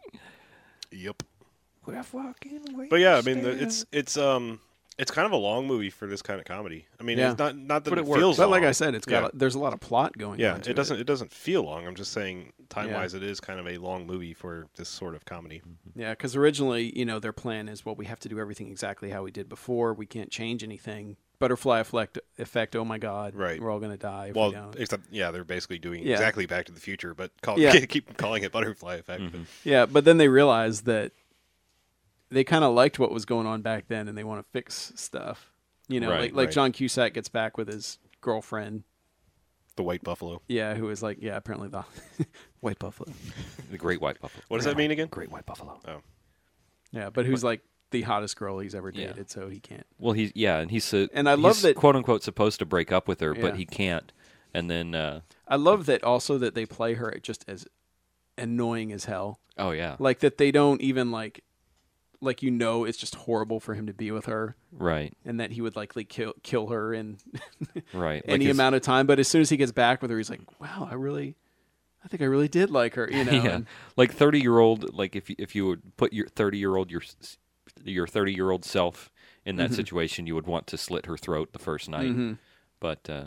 Speaker 2: Yep.
Speaker 3: We're fucking
Speaker 2: But yeah, I mean, the, it's it's um it's kind of a long movie for this kind of comedy. I mean,
Speaker 4: Yeah.
Speaker 2: it's not not that
Speaker 3: But
Speaker 2: it,
Speaker 3: it works.
Speaker 2: feels
Speaker 4: But like
Speaker 2: long.
Speaker 4: I said, it's got
Speaker 2: Yeah.
Speaker 4: a- there's a lot of plot going.
Speaker 2: Yeah,
Speaker 4: on to
Speaker 2: it doesn't it doesn't feel long. I'm just saying time wise
Speaker 4: Yeah.
Speaker 2: it is kind of a long movie for this sort of comedy.
Speaker 4: Yeah, because originally, you know, their plan is well, we have to do everything exactly how we did before. We can't change anything. Butterfly effect, effect. Oh my God!
Speaker 2: Right.
Speaker 4: we're all gonna die. If we
Speaker 2: Well,
Speaker 4: don't.
Speaker 2: except yeah, they're basically doing
Speaker 4: Yeah.
Speaker 2: exactly Back to the Future, but call,
Speaker 4: Yeah.
Speaker 2: keep calling it Butterfly Effect. but-
Speaker 4: yeah, but then they realized that they kind of liked what was going on back then, and they want to fix stuff. You know,
Speaker 3: Right,
Speaker 4: like like
Speaker 2: right.
Speaker 4: John Cusack gets back with his girlfriend.
Speaker 2: the White Buffalo.
Speaker 4: Yeah, who is like yeah, apparently the white buffalo.
Speaker 3: The great white buffalo.
Speaker 2: What does that mean again?
Speaker 3: Great white buffalo.
Speaker 2: Oh,
Speaker 4: Yeah, but who's like the hottest girl he's ever
Speaker 3: Yeah.
Speaker 4: dated, so he can't.
Speaker 3: Well, he's yeah, and he's su-
Speaker 4: And I love
Speaker 3: he's
Speaker 4: that-
Speaker 3: quote unquote supposed to break up with her,
Speaker 4: Yeah.
Speaker 3: but he can't. And then uh,
Speaker 4: I love that also that they play her just as annoying as hell.
Speaker 3: oh yeah,
Speaker 4: like that they don't even like like you know it's just horrible for him to be with her
Speaker 3: right,
Speaker 4: and that he would likely kill kill her in
Speaker 3: right. Like
Speaker 4: any
Speaker 3: his-
Speaker 4: amount of time but as soon as he gets back with her he's like wow i really i think i really did like her you know
Speaker 3: yeah,
Speaker 4: and-
Speaker 3: like thirty year old. Like if you- if you would put your thirty year old your s- your thirty year old self in
Speaker 4: Mm-hmm.
Speaker 3: that situation, you would want to slit her throat the first night. But uh,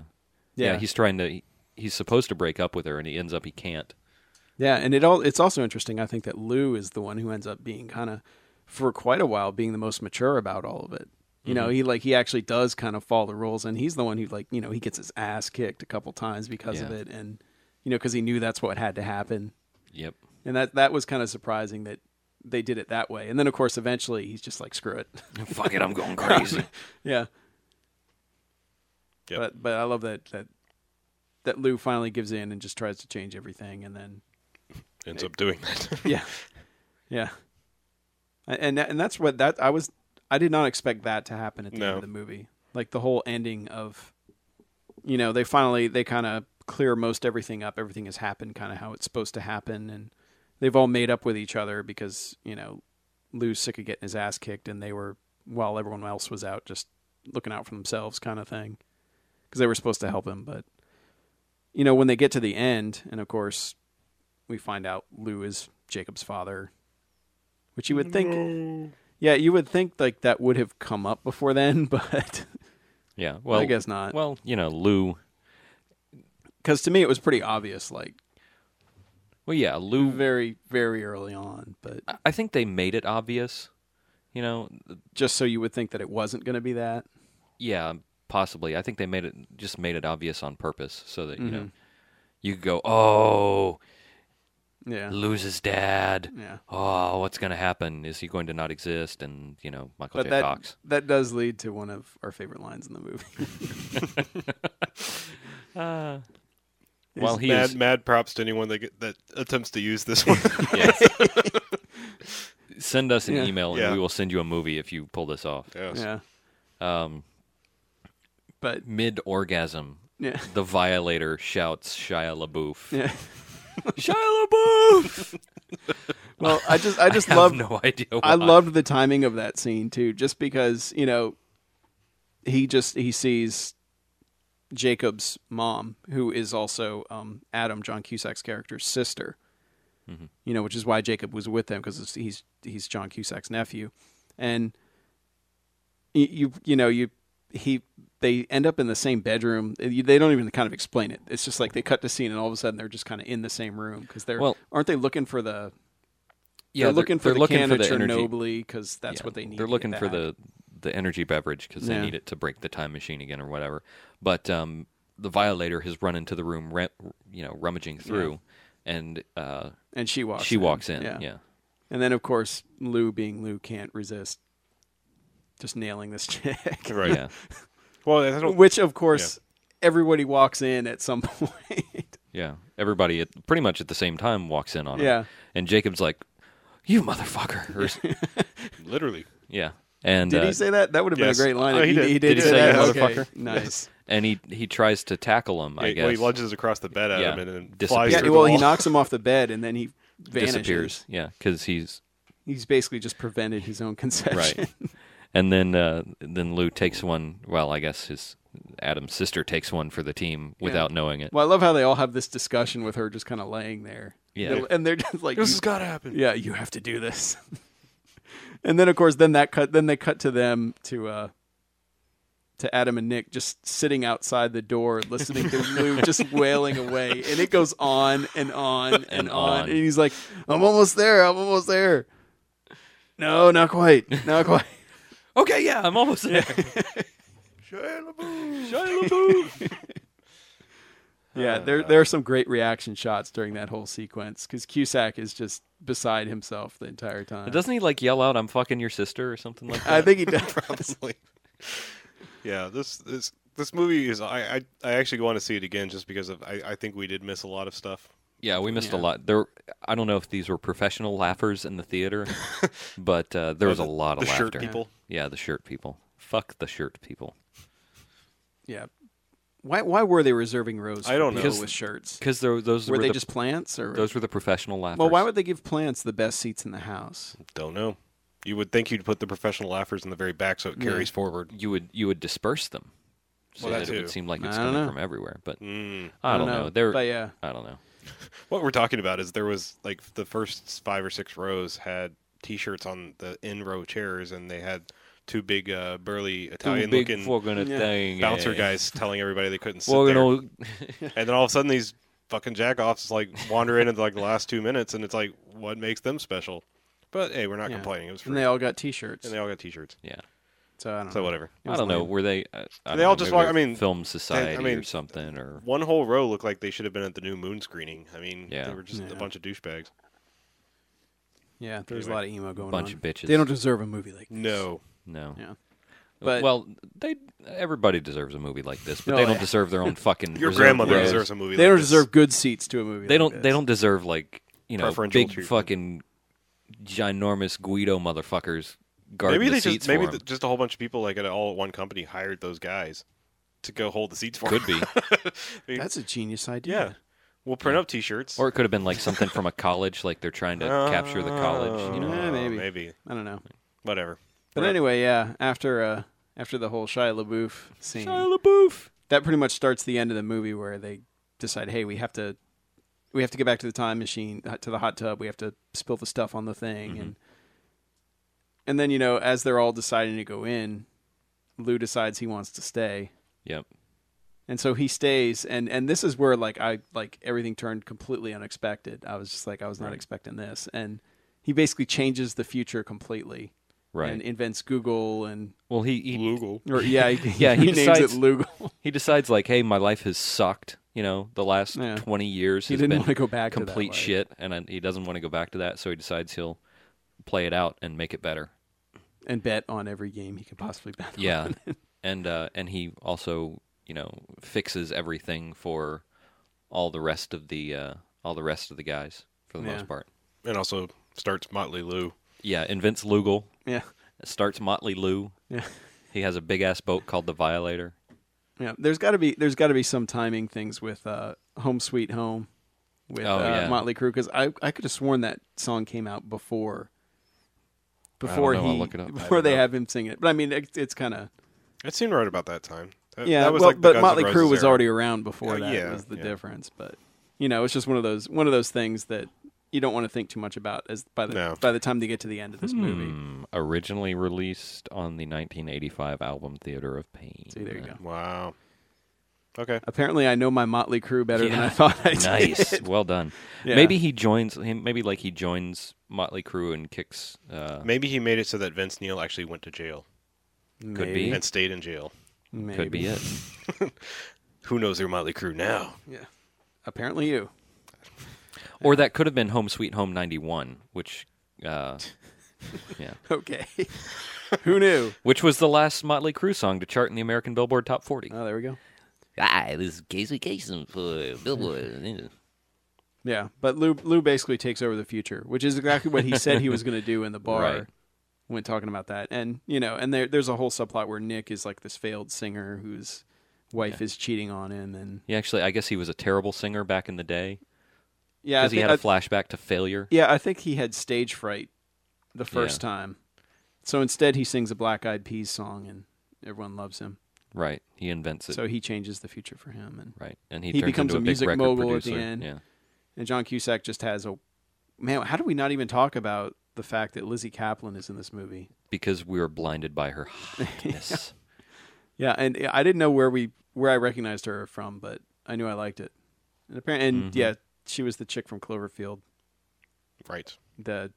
Speaker 3: yeah.
Speaker 4: Yeah.
Speaker 3: he's trying to. He's supposed to break up with her, and he ends up he can't.
Speaker 4: yeah and it all it's also interesting i think that lou is the one who ends up being kind of for quite a while being the most mature about all of it you
Speaker 3: Mm-hmm.
Speaker 4: know he like he actually does kind of follow the rules and he's the one who like you know he gets his ass kicked a couple times because of
Speaker 3: Yeah.
Speaker 4: it and you know because he knew that's what had to happen
Speaker 3: Yep.
Speaker 4: and that that was kind of surprising that they did it that way. And then of course eventually he's just like screw it,
Speaker 3: Fuck it, I'm going crazy.
Speaker 4: yeah.
Speaker 2: Yep.
Speaker 4: But but I love that that that Lou finally gives in and just tries to change everything, and then
Speaker 2: ends up doing that.
Speaker 4: yeah, yeah, A- and that, and that's what that I was I did not expect that to happen at the end
Speaker 2: No.
Speaker 4: of the movie, like the whole ending of, you know, they finally they kind of clear most everything up. Everything has happened kind of how it's supposed to happen, and they've all made up with each other because you know Lou's sick of getting his ass kicked, and they were while everyone else was out just looking out for themselves, kind of thing, because they were supposed to help him. But you know, when they get to the end, and of course, we find out Lou is Jacob's father, which you would think, yeah, you would think like that would have come up before then, but
Speaker 3: yeah. Well,
Speaker 4: I guess not.
Speaker 3: Well, you know, Lou.
Speaker 4: because to me it was pretty obvious, like
Speaker 3: Well, yeah, Lou
Speaker 4: very very early on, but
Speaker 3: I- I think they made it obvious. You know, th-
Speaker 4: just so you would think that it wasn't going to be that.
Speaker 3: yeah, possibly. I think they made it just made it obvious on purpose so that you
Speaker 4: Mm-hmm.
Speaker 3: know you could go, oh,
Speaker 4: Yeah.
Speaker 3: lose his dad.
Speaker 4: Yeah.
Speaker 3: Oh, what's going to happen? Is he going to not exist? And you know, Michael
Speaker 4: But
Speaker 3: J.
Speaker 4: that
Speaker 3: Fox.
Speaker 4: that does lead to one of our favorite lines in the movie.
Speaker 3: Well, he
Speaker 2: mad,
Speaker 3: is.
Speaker 2: mad props to anyone that get, that attempts to use this one.
Speaker 3: yes. Send us an
Speaker 4: Yeah.
Speaker 3: email and
Speaker 2: Yeah.
Speaker 3: we will send you a movie if you pull this off.
Speaker 2: Yes.
Speaker 4: yeah. Um, but
Speaker 3: Mid orgasm
Speaker 4: Yeah.
Speaker 3: the violator shouts Shia LaBeouf.
Speaker 4: Yeah.
Speaker 3: Shia LaBeouf.
Speaker 4: Well, I just I just
Speaker 3: I have
Speaker 4: love
Speaker 3: no idea. Why.
Speaker 4: I loved the timing of that scene too, just because you know he just he sees Jacob's mom, who is also um, Adam John Cusack's character's sister. You know, which is why Jacob was with them because he's he's John Cusack's nephew, and y- you you know you he they end up in the same bedroom. Uh, You- They don't even kind of explain it. It's just like they cut the scene, and all of a sudden they're just kind of in the same room because they're
Speaker 3: Well-
Speaker 4: aren't they looking for the
Speaker 3: Yeah,
Speaker 4: they're looking for
Speaker 3: they're
Speaker 4: the
Speaker 3: looking
Speaker 4: can
Speaker 3: for
Speaker 4: of
Speaker 3: the energy.
Speaker 4: Chernobyly because that's
Speaker 3: Yeah,
Speaker 4: what they need.
Speaker 3: They're
Speaker 4: to
Speaker 3: looking
Speaker 4: get
Speaker 3: for
Speaker 4: back.
Speaker 3: the the energy beverage because
Speaker 4: Yeah.
Speaker 3: they need it to break the time machine again or whatever. But um, the violator has run into the room, ra- you know, rummaging through, and uh,
Speaker 4: and she walks.
Speaker 3: she walks in. Yeah.
Speaker 4: and then of course Lou, being Lou, can't resist just nailing this chick.
Speaker 2: Right.
Speaker 3: yeah,
Speaker 2: Well, I don't.
Speaker 4: Which of course everybody walks in at some point.
Speaker 3: yeah. Everybody at, pretty much at the same time walks in on her.
Speaker 4: Yeah.
Speaker 3: and Jacob's like, "You motherfucker!" Or s-
Speaker 2: Literally.
Speaker 3: yeah, and
Speaker 4: did
Speaker 3: uh,
Speaker 4: he say that? That would have been
Speaker 2: yes.
Speaker 4: a great line.
Speaker 2: Oh,
Speaker 4: if
Speaker 2: he did.
Speaker 4: did,
Speaker 3: Did he
Speaker 4: say
Speaker 3: say
Speaker 4: that.
Speaker 3: you
Speaker 4: Okay,
Speaker 2: motherfucker?
Speaker 4: Nice.
Speaker 3: and he he tries to tackle him. I
Speaker 2: Yeah,
Speaker 3: guess
Speaker 2: Well, he lunges across the bed at
Speaker 3: Yeah.
Speaker 2: him and then
Speaker 3: Disappears.
Speaker 2: flies
Speaker 4: Yeah.
Speaker 2: through
Speaker 4: Well,
Speaker 2: the
Speaker 4: he
Speaker 2: wall.
Speaker 4: knocks him off the bed, and then he vanishes.
Speaker 3: disappears. Yeah, because he's
Speaker 4: He's basically just prevented his own concession.
Speaker 3: right and then uh, then lou takes one well i guess his adam's sister takes one for the team without knowing it
Speaker 4: Well, I love how they all have this discussion with her just kind of laying there.
Speaker 3: Yeah.
Speaker 4: They're- and they're just like,
Speaker 2: This
Speaker 4: "You-
Speaker 2: has got to happen.
Speaker 4: yeah, you have to do this. and then of course, then that cut, then they cut to them to uh to Adam and Nick just sitting outside the door listening to Lou just wailing away, and it goes on and on and,
Speaker 3: And
Speaker 4: on.
Speaker 3: on.
Speaker 4: and he's like, "I'm almost there, I'm almost there." No, not quite, not quite.
Speaker 3: okay yeah i'm almost there
Speaker 4: Yeah, there there are some great reaction shots during that whole sequence because Cusack is just beside himself the entire time.
Speaker 3: doesn't he like yell out i'm fucking your sister or something like that
Speaker 4: I think he does.
Speaker 2: Probably. yeah. This this this movie is. I I, I actually want to see it again just because of. I, I think we did miss a lot of stuff.
Speaker 3: yeah we missed
Speaker 4: Yeah.
Speaker 3: a lot there i don't know if these were professional laughers in the theater but uh, there was a lot of
Speaker 2: the
Speaker 3: laughter
Speaker 2: shirt people.
Speaker 3: yeah the shirt people fuck the shirt people
Speaker 4: Yeah. Why why were they reserving rows?
Speaker 2: I
Speaker 4: for
Speaker 2: don't know.
Speaker 4: people
Speaker 2: Because-
Speaker 4: with shirts.
Speaker 3: because those
Speaker 4: Were,
Speaker 3: were
Speaker 4: they
Speaker 3: the,
Speaker 4: just plants or
Speaker 3: those were the professional laughers
Speaker 4: Well, why would they give plants the best seats in the house?
Speaker 2: Don't know. You would think you'd put the professional laughers in the very back so it carries forward.
Speaker 3: you would you would disperse them so
Speaker 2: Well, that
Speaker 3: that, it
Speaker 2: too.
Speaker 3: would seem like it's
Speaker 4: I don't
Speaker 3: coming
Speaker 4: know.
Speaker 3: from everywhere but
Speaker 2: Mm.
Speaker 3: i don't know, they're
Speaker 4: But yeah.
Speaker 3: i don't know
Speaker 2: What we're talking about is there was like the first five or six rows had T-shirts on the in row chairs, and they had two big uh, burly Italian looking
Speaker 4: Yeah.
Speaker 3: thing.
Speaker 2: bouncer
Speaker 3: eh?
Speaker 2: guys telling everybody they couldn't sit
Speaker 3: Well, you
Speaker 2: there.
Speaker 3: know,
Speaker 2: And then all of a sudden, these fucking jackoffs like wander in at like the last two minutes, and it's like, what makes them special? But hey, we're not
Speaker 4: yeah.
Speaker 2: complaining. It was free,
Speaker 4: and they all got T-shirts.
Speaker 2: and they all got T-shirts,
Speaker 3: yeah.
Speaker 4: so I don't know.
Speaker 2: so whatever.
Speaker 3: I don't know. Were they? I, I
Speaker 2: They
Speaker 3: don't
Speaker 2: all
Speaker 3: know,
Speaker 2: just
Speaker 3: maybe
Speaker 2: walk-
Speaker 3: it
Speaker 2: I
Speaker 3: was
Speaker 2: mean,
Speaker 3: film society
Speaker 2: mean,
Speaker 3: or something, or
Speaker 2: One whole row looked like they should have been at the new moon screening. I mean,
Speaker 3: Yeah.
Speaker 2: they were just
Speaker 4: Yeah.
Speaker 2: a bunch of douchebags.
Speaker 4: yeah, there's a
Speaker 2: Anyway.
Speaker 4: lot of emo going
Speaker 3: bunch
Speaker 4: on.
Speaker 3: of bitches.
Speaker 4: They don't deserve a movie like this.
Speaker 2: No,
Speaker 3: No.
Speaker 4: Yeah. But
Speaker 3: well, they everybody deserves a movie like this, but
Speaker 4: No,
Speaker 3: they don't
Speaker 4: yeah.
Speaker 3: deserve their own fucking.
Speaker 2: your
Speaker 3: reserved
Speaker 2: grandmother
Speaker 3: rows.
Speaker 2: deserves a movie.
Speaker 4: they
Speaker 2: like
Speaker 4: don't
Speaker 2: this.
Speaker 4: deserve good seats to a movie.
Speaker 3: They
Speaker 4: like
Speaker 3: don't. They
Speaker 4: this.
Speaker 3: don't deserve like you know
Speaker 2: Preferential
Speaker 3: big
Speaker 2: treatment.
Speaker 3: fucking ginormous Guido motherfuckers guarding
Speaker 2: Maybe
Speaker 3: the
Speaker 2: they
Speaker 3: seats
Speaker 2: just maybe
Speaker 3: for
Speaker 2: th-
Speaker 3: them.
Speaker 2: just a whole bunch of people like at all at one company hired those guys to go hold the seats for.
Speaker 3: Could
Speaker 2: 'em.
Speaker 3: be,
Speaker 4: That's a genius
Speaker 2: yeah.
Speaker 4: idea.
Speaker 2: We'll print up T-shirts.
Speaker 3: or it could have been like something from a college, like they're trying to capture the college.
Speaker 2: Uh,
Speaker 3: You know,
Speaker 4: Yeah, maybe.
Speaker 2: Oh, maybe,
Speaker 4: I don't know.
Speaker 2: whatever.
Speaker 4: But
Speaker 2: Right.
Speaker 4: anyway, yeah. After uh, after the whole Shia LaBeouf scene,
Speaker 3: LaBeouf.
Speaker 4: that pretty much starts the end of the movie where they decide, hey, we have to, we have to get back to the time machine, uh, to the hot tub. We have to spill the stuff on the thing,
Speaker 3: Mm-hmm.
Speaker 4: and and then you know, as they're all deciding to go in, Lou decides he wants to stay,
Speaker 3: Yep.
Speaker 4: and so he stays. And and this is where like I like everything turned completely unexpected. I was just like, I was not expecting this, and he basically changes the future completely,
Speaker 3: Right.
Speaker 4: And invents Google and
Speaker 3: Well, he he,
Speaker 2: Lugal.
Speaker 4: or yeah, he,
Speaker 3: Yeah, he
Speaker 4: names it
Speaker 3: decides-
Speaker 4: Lugal.
Speaker 3: he decides like, hey, my life has sucked. You know, the last
Speaker 4: Yeah.
Speaker 3: twenty years
Speaker 4: He
Speaker 3: has
Speaker 4: didn't
Speaker 3: been
Speaker 4: want to go back to that
Speaker 3: complete
Speaker 4: life.
Speaker 3: shit, and I, he doesn't want to go back to that. So he decides he'll play it out and make it better.
Speaker 4: and bet on every game he could possibly bet. on.
Speaker 3: Yeah, and uh, and he also you know fixes everything for all the rest of the uh, all the rest of the guys for the
Speaker 4: Yeah.
Speaker 3: most part.
Speaker 2: and also starts Motley Lou.
Speaker 3: Yeah, invents Lugal,
Speaker 4: yeah,
Speaker 3: starts Motley Lou.
Speaker 4: yeah.
Speaker 3: He has a big ass boat called the Violator.
Speaker 4: Yeah, there's got to be there's got to be some timing things with uh, "Home Sweet Home" with
Speaker 3: Oh,
Speaker 4: uh,
Speaker 3: yeah.
Speaker 4: Motley Crue because I I could have sworn that song came out before before
Speaker 3: know.
Speaker 4: he
Speaker 3: I'll look it up. I
Speaker 4: before they have him sing it. But I mean, it, it's kind of
Speaker 2: That seemed right about that time. That,
Speaker 4: yeah.
Speaker 2: that was
Speaker 4: well,
Speaker 2: like the
Speaker 4: but
Speaker 2: Guns N'
Speaker 4: Motley
Speaker 2: Roses
Speaker 4: Crue was
Speaker 2: era.
Speaker 4: already around before
Speaker 2: Uh,
Speaker 4: that.
Speaker 2: yeah,
Speaker 4: was the
Speaker 2: yeah.
Speaker 4: difference, but you know, it's just one of those one of those things that you don't want to think too much about as by the
Speaker 2: No.
Speaker 4: by the time they get to the end of this movie.
Speaker 3: Mm, originally released on the 1985 album Theater of Pain.
Speaker 4: See, there you go.
Speaker 2: Wow. Okay.
Speaker 4: Apparently, I know my Motley Crue better than
Speaker 3: Yeah.
Speaker 4: I thought I did.
Speaker 3: Nice, well done.
Speaker 4: Yeah.
Speaker 3: Maybe he joins him. Maybe like he joins Motley Crue and kicks. Uh,
Speaker 2: Maybe he made it so that Vince Neil actually went to jail
Speaker 3: could be.
Speaker 2: and stayed in jail.
Speaker 4: Maybe.
Speaker 3: could be it.
Speaker 2: Who knows their Motley Crue now?
Speaker 4: Yeah. Apparently, you.
Speaker 3: Or that could have been Home Sweet Home 91, which uh, yeah,
Speaker 4: Okay. Who knew?
Speaker 3: which was the last Motley Crue song to chart in the American Billboard Top 40.
Speaker 4: Oh, there we go.
Speaker 1: Hi, this is Casey Kasem for Billboard.
Speaker 4: Yeah, but Lou Lou basically takes over the future, which is exactly what he said he was going to do in the bar
Speaker 3: Right.
Speaker 4: when talking about that. And you know, and there there's a whole subplot where Nick is like this failed singer whose wife is cheating on him, and
Speaker 3: He actually, I guess he was a terrible singer back in the day
Speaker 4: yeah, I
Speaker 3: because he
Speaker 4: thi-
Speaker 3: had a
Speaker 4: I-
Speaker 3: flashback to failure.
Speaker 4: yeah, I think he had stage fright the first time, so instead he sings a Black Eyed Peas song, and everyone loves him.
Speaker 3: Right, he invents it.
Speaker 4: So he changes the future for him, and
Speaker 3: right, and he,
Speaker 4: he
Speaker 3: turns
Speaker 4: becomes
Speaker 3: into
Speaker 4: a
Speaker 3: a big
Speaker 4: music
Speaker 3: record
Speaker 4: mogul at the
Speaker 3: producer.
Speaker 4: end.
Speaker 3: Yeah,
Speaker 4: And John Cusack just has a man. How do we not even talk about the fact that Lizzie Kaplan is in this movie?
Speaker 3: because we were blinded by her hotness.
Speaker 4: Yeah, and I didn't know where we where I recognized her from, but I knew I liked it. And apparently, and
Speaker 3: Mm-hmm.
Speaker 4: yeah, she was the chick from Cloverfield,
Speaker 2: Right.
Speaker 4: the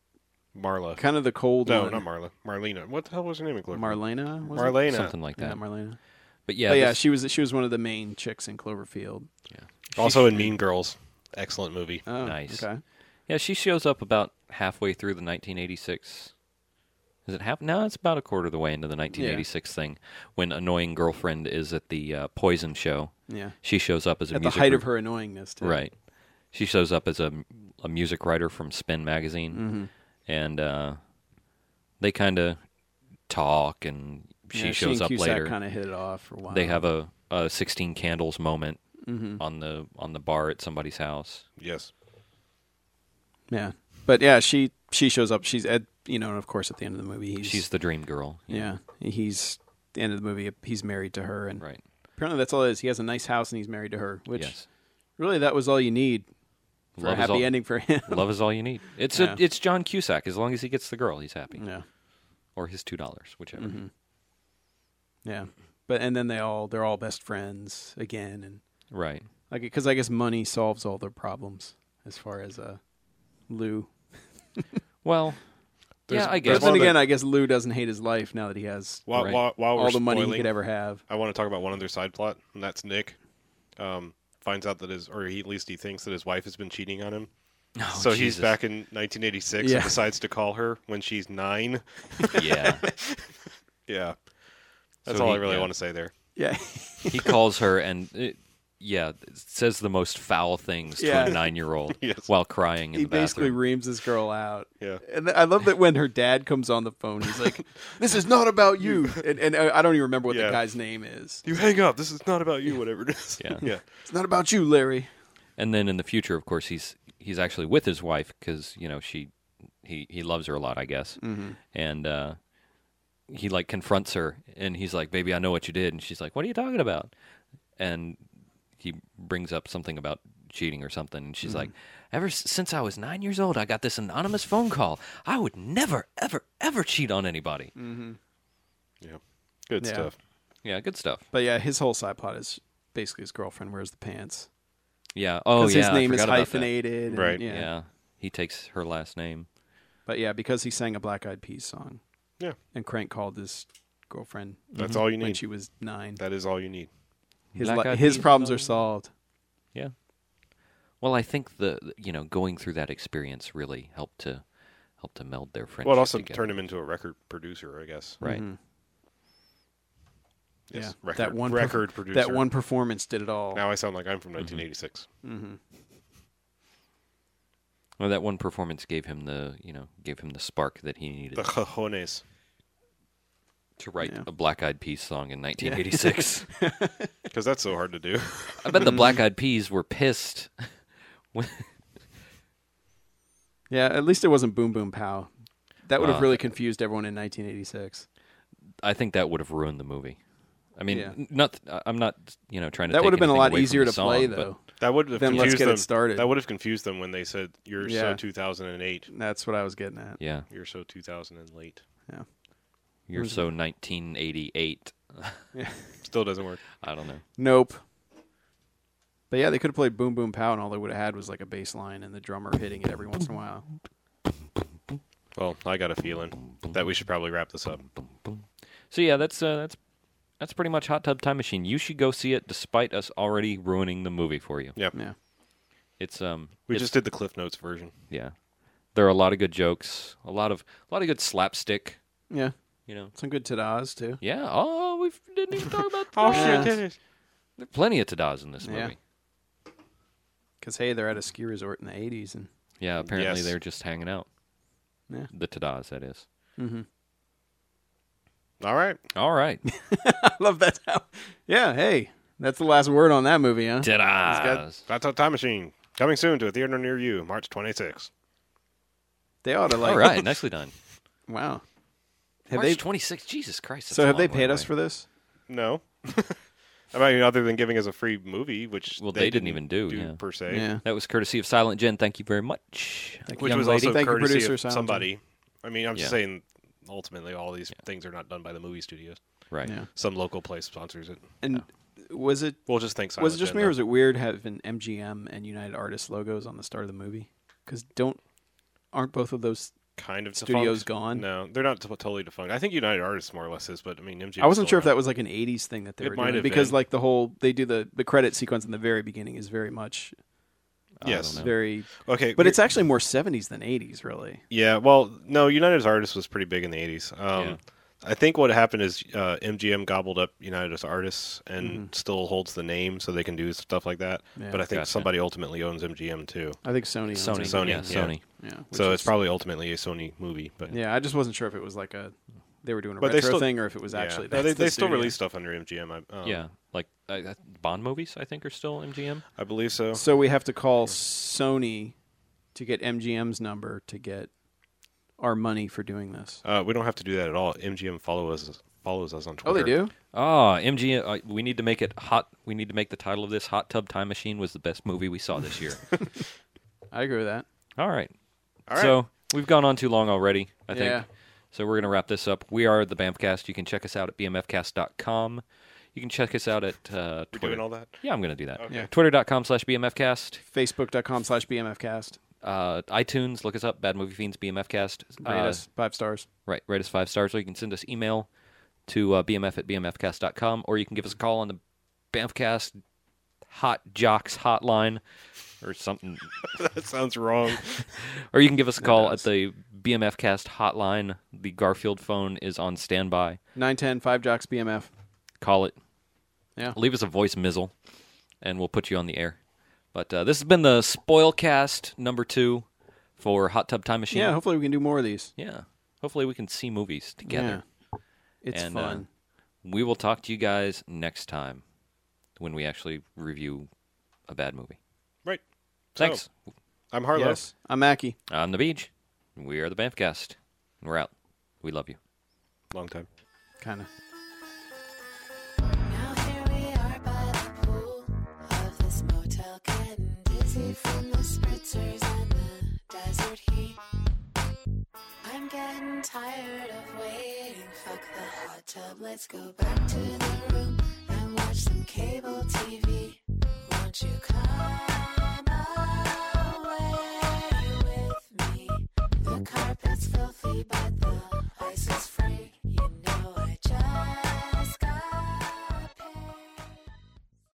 Speaker 2: Marla.
Speaker 4: kind of the cold
Speaker 2: no,
Speaker 4: one.
Speaker 2: not Marla. Marlena. What the hell was her name in Cloverfield?
Speaker 4: Marlena. Was it?
Speaker 2: Marlena.
Speaker 3: Something like
Speaker 4: Yeah,
Speaker 3: that.
Speaker 4: Marlena.
Speaker 3: But
Speaker 4: Yeah,
Speaker 3: yeah,
Speaker 4: but yeah,
Speaker 3: this-
Speaker 4: she was she was one of the main chicks in Cloverfield.
Speaker 2: Also in Mean Girls. Excellent movie.
Speaker 4: Oh,
Speaker 3: Nice.
Speaker 4: Okay.
Speaker 3: yeah, she shows up about halfway through the 1986. Is it half? No, it's about a quarter of the way into the 1986 thing when annoying girlfriend is at the uh, Poison show.
Speaker 4: Yeah.
Speaker 3: She shows up as a
Speaker 4: At the
Speaker 3: music
Speaker 4: height of
Speaker 3: re-
Speaker 4: her annoyingness, too.
Speaker 3: Right. She shows up as a, a music writer from Spin magazine,
Speaker 4: Mm-hmm.
Speaker 3: and uh, they kind of talk, and she
Speaker 4: Yeah,
Speaker 3: shows
Speaker 4: she and
Speaker 3: up
Speaker 4: Cusack
Speaker 3: later.
Speaker 4: Kind of hit it off for a while.
Speaker 3: They have a, a sixteen candles moment
Speaker 4: Mm-hmm.
Speaker 3: on the on the bar at somebody's house.
Speaker 2: Yes.
Speaker 4: yeah, but yeah, she she shows up. She's at you know, and of course, at the end of the movie, he's,
Speaker 3: She's the dream girl.
Speaker 4: yeah, he's at the end of the movie. He's married to her, and
Speaker 3: Right.
Speaker 4: apparently that's all it is. He has a nice house and he's married to her, which
Speaker 3: yes.
Speaker 4: really that was all you need for
Speaker 3: Love
Speaker 4: a
Speaker 3: is
Speaker 4: happy
Speaker 3: all-
Speaker 4: ending for him.
Speaker 3: Love is all you need. It's
Speaker 4: Yeah. Mm-hmm.
Speaker 3: a, it's John Cusack. As long as he gets the girl, he's happy.
Speaker 4: yeah,
Speaker 3: Or his two dollars, whichever.
Speaker 4: yeah. But and then they all they're all best friends again, and
Speaker 3: Right.
Speaker 4: like because I guess money solves all their problems as far as uh Lou.
Speaker 3: Well. yeah, I guess.
Speaker 4: But then
Speaker 2: one of the-
Speaker 4: again, I guess Lou doesn't hate his life now that he has
Speaker 2: While,
Speaker 3: Right.
Speaker 2: while, while we're
Speaker 4: all the money he
Speaker 2: spoiling,
Speaker 4: could ever have.
Speaker 2: I want to talk about one other side plot, and that's Nick um, finds out that his, or he, at least he thinks that his wife has been cheating on him. so he's
Speaker 3: Oh, Jesus.
Speaker 2: back in 1986
Speaker 4: Oh, Yeah.
Speaker 2: and decides to call her when she's nine.
Speaker 3: yeah.
Speaker 2: Yeah. That's
Speaker 3: So
Speaker 2: all
Speaker 3: he-
Speaker 2: I really
Speaker 3: yeah.
Speaker 2: want to say there.
Speaker 4: Yeah,
Speaker 3: he calls her and uh yeah says the most foul things
Speaker 4: Yeah.
Speaker 3: to a nine-year-old
Speaker 2: Yes.
Speaker 3: while crying in
Speaker 4: he
Speaker 3: the
Speaker 4: basically
Speaker 3: bathroom.
Speaker 4: reams this girl out.
Speaker 2: Yeah.
Speaker 4: And th- I love that when her dad comes on the phone, he's like, "This is not about you," and, and I I don't even remember what the
Speaker 2: Yeah.
Speaker 4: guy's name is.
Speaker 2: You hang up. This is not about you, whatever it is.
Speaker 3: Yeah.
Speaker 2: yeah.
Speaker 4: It's not about you, Larry.
Speaker 3: and then in the future, of course, he's he's actually with his wife because you know she he he loves her a lot, I guess,
Speaker 4: Mm-hmm.
Speaker 3: and uh, he like confronts her and he's like, "Baby, I know what you did," and she's like, "What are you talking about?" And he brings up something about cheating or something, and
Speaker 4: Mm-hmm.
Speaker 3: she's like, "Ever s- since I was nine years old, I got this anonymous phone call. I would never, ever, ever cheat on anybody."
Speaker 4: Mm.
Speaker 2: Yeah. Good
Speaker 4: Yeah.
Speaker 2: stuff.
Speaker 3: Yeah, good stuff.
Speaker 4: But yeah, his whole side plot is basically his girlfriend wears the pants
Speaker 3: Yeah. Oh, yeah.
Speaker 4: his
Speaker 3: I
Speaker 4: name is
Speaker 3: forgot about that.
Speaker 4: hyphenated, and-
Speaker 2: Right.
Speaker 4: Yeah.
Speaker 3: Yeah. He takes her last name.
Speaker 4: but yeah, because he sang a Black Eyed Peas song,
Speaker 2: Yeah.
Speaker 4: and Crank called his girlfriend
Speaker 2: That's all you
Speaker 4: when
Speaker 2: need.
Speaker 4: Mm-hmm. she was nine.
Speaker 2: That is all you need.
Speaker 4: His
Speaker 3: Black
Speaker 4: li-
Speaker 3: Eyed
Speaker 4: his
Speaker 3: Peas
Speaker 4: problems
Speaker 3: song.
Speaker 4: are solved.
Speaker 3: Yeah. Well, I think the the- you know going through that experience really helped to help to meld their friendship.
Speaker 2: Well, it also
Speaker 3: together.
Speaker 2: turned him into a record producer, I guess.
Speaker 3: right.
Speaker 4: Mm-hmm.
Speaker 2: Yes,
Speaker 4: yeah,
Speaker 2: record,
Speaker 4: that one per-
Speaker 2: record producer.
Speaker 4: That one Mhm. performance did it all.
Speaker 2: Now I sound like I'm from 1986.
Speaker 3: Well, that one performance gave him the you know gave him the spark that he needed.
Speaker 2: The cojones.
Speaker 3: to write
Speaker 4: Yeah.
Speaker 3: a Black Eyed Peas song in 1986.
Speaker 2: because that's so hard to do.
Speaker 3: I bet the Black Eyed Peas were pissed. when-
Speaker 4: Yeah, at least it wasn't Boom Boom Pow. That would have
Speaker 3: Uh,
Speaker 4: really confused everyone in 1986.
Speaker 3: I think that would have ruined the movie. I mean,
Speaker 4: Yeah.
Speaker 3: n- not. I- I'm not. You know, trying to.
Speaker 4: That
Speaker 3: take
Speaker 4: would have been a
Speaker 3: anything
Speaker 4: lot
Speaker 3: away from
Speaker 4: easier
Speaker 3: the
Speaker 4: to play,
Speaker 3: song, but
Speaker 4: though.
Speaker 2: That would have
Speaker 4: Then let's
Speaker 2: confused
Speaker 4: get it
Speaker 2: them.
Speaker 4: started.
Speaker 2: That would have confused them when they said, "You're
Speaker 4: Yeah.
Speaker 2: so 2008.
Speaker 4: That's what I was getting at.
Speaker 3: Yeah,
Speaker 2: You're so 2000 and late."
Speaker 3: you're so 1988.
Speaker 2: Still doesn't work.
Speaker 3: I don't know.
Speaker 4: Nope. But yeah, they could have played Boom Boom Pow, and all they would have had was like a bass line and the drummer hitting it every once in a while.
Speaker 2: Well, I got a feeling that we should probably wrap this up.
Speaker 3: So yeah, that's uh, that's that's pretty much Hot Tub Time Machine. You should go see it, despite us already ruining the movie for you.
Speaker 2: Yeah,
Speaker 4: Yeah.
Speaker 3: It's um,
Speaker 2: we
Speaker 3: it's-
Speaker 2: just did the Cliff Notes version.
Speaker 3: yeah. There are a lot of good jokes, a lot of a lot of good slapstick.
Speaker 4: Yeah.
Speaker 3: You know,
Speaker 4: Some good ta-da's, too.
Speaker 3: yeah. Oh, we didn't even talk about.
Speaker 2: Oh shit!
Speaker 4: Yeah.
Speaker 2: Dennis.
Speaker 3: There are plenty of tadas in this movie.
Speaker 4: Yeah. Because, hey, they're at a ski resort in the 80s, and
Speaker 3: Yeah, apparently
Speaker 2: Yes.
Speaker 3: they're just hanging out.
Speaker 4: Yeah.
Speaker 3: The Tadas, that is.
Speaker 2: All right.
Speaker 3: All right.
Speaker 4: I love that. How... Yeah, hey, that's the last word on that movie, huh?
Speaker 3: Tadas.
Speaker 2: That's a time machine coming soon to a theater near you, March 26th.
Speaker 4: They ought to like.
Speaker 3: All right, nicely done.
Speaker 4: Wow. Have
Speaker 3: March
Speaker 4: they?
Speaker 3: 26th. Jesus Christ.
Speaker 4: So have they paid us for this?
Speaker 2: No, I mean other than giving us a free movie, which
Speaker 3: Well,
Speaker 2: they,
Speaker 3: they didn't even do, yeah.
Speaker 2: per se.
Speaker 4: Yeah.
Speaker 3: That was courtesy of Silent Jen. Thank you very much.
Speaker 2: which
Speaker 4: Young
Speaker 2: was
Speaker 4: lady.
Speaker 2: also
Speaker 4: Thank you,
Speaker 2: courtesy
Speaker 4: producer
Speaker 2: of
Speaker 4: Silent
Speaker 2: somebody. I mean, I'm just
Speaker 3: Yeah.
Speaker 2: saying. Ultimately, all these things are not done by the movie studios.
Speaker 3: Right.
Speaker 4: Yeah.
Speaker 2: Some local place sponsors it.
Speaker 4: And was it
Speaker 2: We'll just thank. Silent
Speaker 4: was it just
Speaker 2: Jen,
Speaker 4: me, or
Speaker 2: though.
Speaker 4: was it weird having MGM and United Artists logos on the start of the movie? Because don't aren't both of those?
Speaker 2: kind of
Speaker 4: Studios
Speaker 2: defunct.
Speaker 4: gone?
Speaker 2: No, they're not t- totally defunct. I think United Artists more or less is, but I mean, MGM.
Speaker 4: I wasn't sure if that was like an '80s thing that they
Speaker 2: It
Speaker 4: were
Speaker 2: might
Speaker 4: doing
Speaker 2: have
Speaker 4: because
Speaker 2: been.
Speaker 4: like the whole they do the the credit sequence in the very beginning is very much
Speaker 3: I
Speaker 2: Yes.
Speaker 3: don't know.
Speaker 4: very,
Speaker 2: Okay,
Speaker 4: but
Speaker 2: we-
Speaker 4: it's actually more '70s than '80s, really.
Speaker 2: yeah. Well, no, United Artists was pretty big in the '80s. Um,
Speaker 3: Yeah.
Speaker 2: I think what happened is uh, MGM gobbled up United Artists and still holds the name, so they can do stuff like that.
Speaker 4: Mm-hmm. Yeah.
Speaker 2: but I think
Speaker 3: Gotcha.
Speaker 2: somebody ultimately owns MGM too,
Speaker 4: I think Sony. owns
Speaker 3: Sony.
Speaker 4: it.
Speaker 2: Sony,
Speaker 3: Yeah,
Speaker 2: yeah.
Speaker 3: Sony.
Speaker 4: Yeah. which
Speaker 2: so
Speaker 4: is-
Speaker 2: it's probably ultimately a Sony movie. But
Speaker 4: Yeah, I just wasn't sure if it was like a they were doing a
Speaker 2: But they
Speaker 4: retro
Speaker 2: still-
Speaker 4: thing or if it was
Speaker 2: Yeah. No,
Speaker 4: actually. that's
Speaker 2: they,
Speaker 4: the
Speaker 2: they still
Speaker 4: studio.
Speaker 2: release stuff under MGM. I, um,
Speaker 3: Yeah. Like I, I, Bond movies, I think, are still MGM.
Speaker 2: I believe so.
Speaker 4: So we have to call Sony to get MGM's number to get our money for doing this.
Speaker 2: Uh, we don't have to do that at all. MGM follows us follows us on Twitter.
Speaker 4: Oh, they do.
Speaker 3: Ah, MGM. Uh, we need to make it hot. We need to make the title of this Hot Tub Time Machine was the best movie we saw this year.
Speaker 4: I agree with that.
Speaker 3: All right.
Speaker 2: All right.
Speaker 3: So we've gone on too long already, I think.
Speaker 4: Yeah.
Speaker 3: So we're going to wrap this up. We are the BAMFcast. You can check us out at bmfcast.com. You can check us out at uh,
Speaker 2: We're
Speaker 3: Twitter.
Speaker 2: doing all that.
Speaker 3: yeah, I'm going to do that.
Speaker 2: Okay.
Speaker 4: Yeah.
Speaker 3: Twitter.com slash bmfcast.
Speaker 4: Facebook.com slash BMFcast.
Speaker 3: Uh, iTunes, look us up, Bad Movie Fiends, BMFcast.
Speaker 4: Rate
Speaker 3: Uh,
Speaker 4: us five stars.
Speaker 3: Right, rate us five stars, or you can send us email to uh, bmf at bmfcast.com, or you can give us a call on the BAMFcast Hot Jocks hotline or something.
Speaker 2: that sounds wrong.
Speaker 3: Or you can give us a call at the BMFcast hotline. The Garfield phone is on standby.
Speaker 4: 910 5 Jocks BMF.
Speaker 3: Call it.
Speaker 4: Yeah.
Speaker 3: Leave us a voice mizzle, and we'll put you on the air. But uh, this has been the Spoilcast number two for Hot Tub Time Machine.
Speaker 4: Yeah, hopefully we can do more of these.
Speaker 3: Yeah. Hopefully we can see movies together.
Speaker 4: Yeah. It's
Speaker 3: And, uh,
Speaker 4: fun.
Speaker 3: We will talk to you guys next time when we actually review a bad movie.
Speaker 2: Right. So,
Speaker 3: Thanks.
Speaker 2: I'm Harlow.
Speaker 4: yes. I'm Mackie.
Speaker 3: I'm the Beach. We are the Banffcast. We're out. We love you.
Speaker 2: Long time.
Speaker 4: Kind of.
Speaker 5: Now here we are by the pool of this motel, getting dizzy from the spritzers and the desert heat. I'm getting tired of waiting. Fuck the hot tub, let's go back to the room and watch some cable TV. Won't you come away with me? The carpet's filthy, but the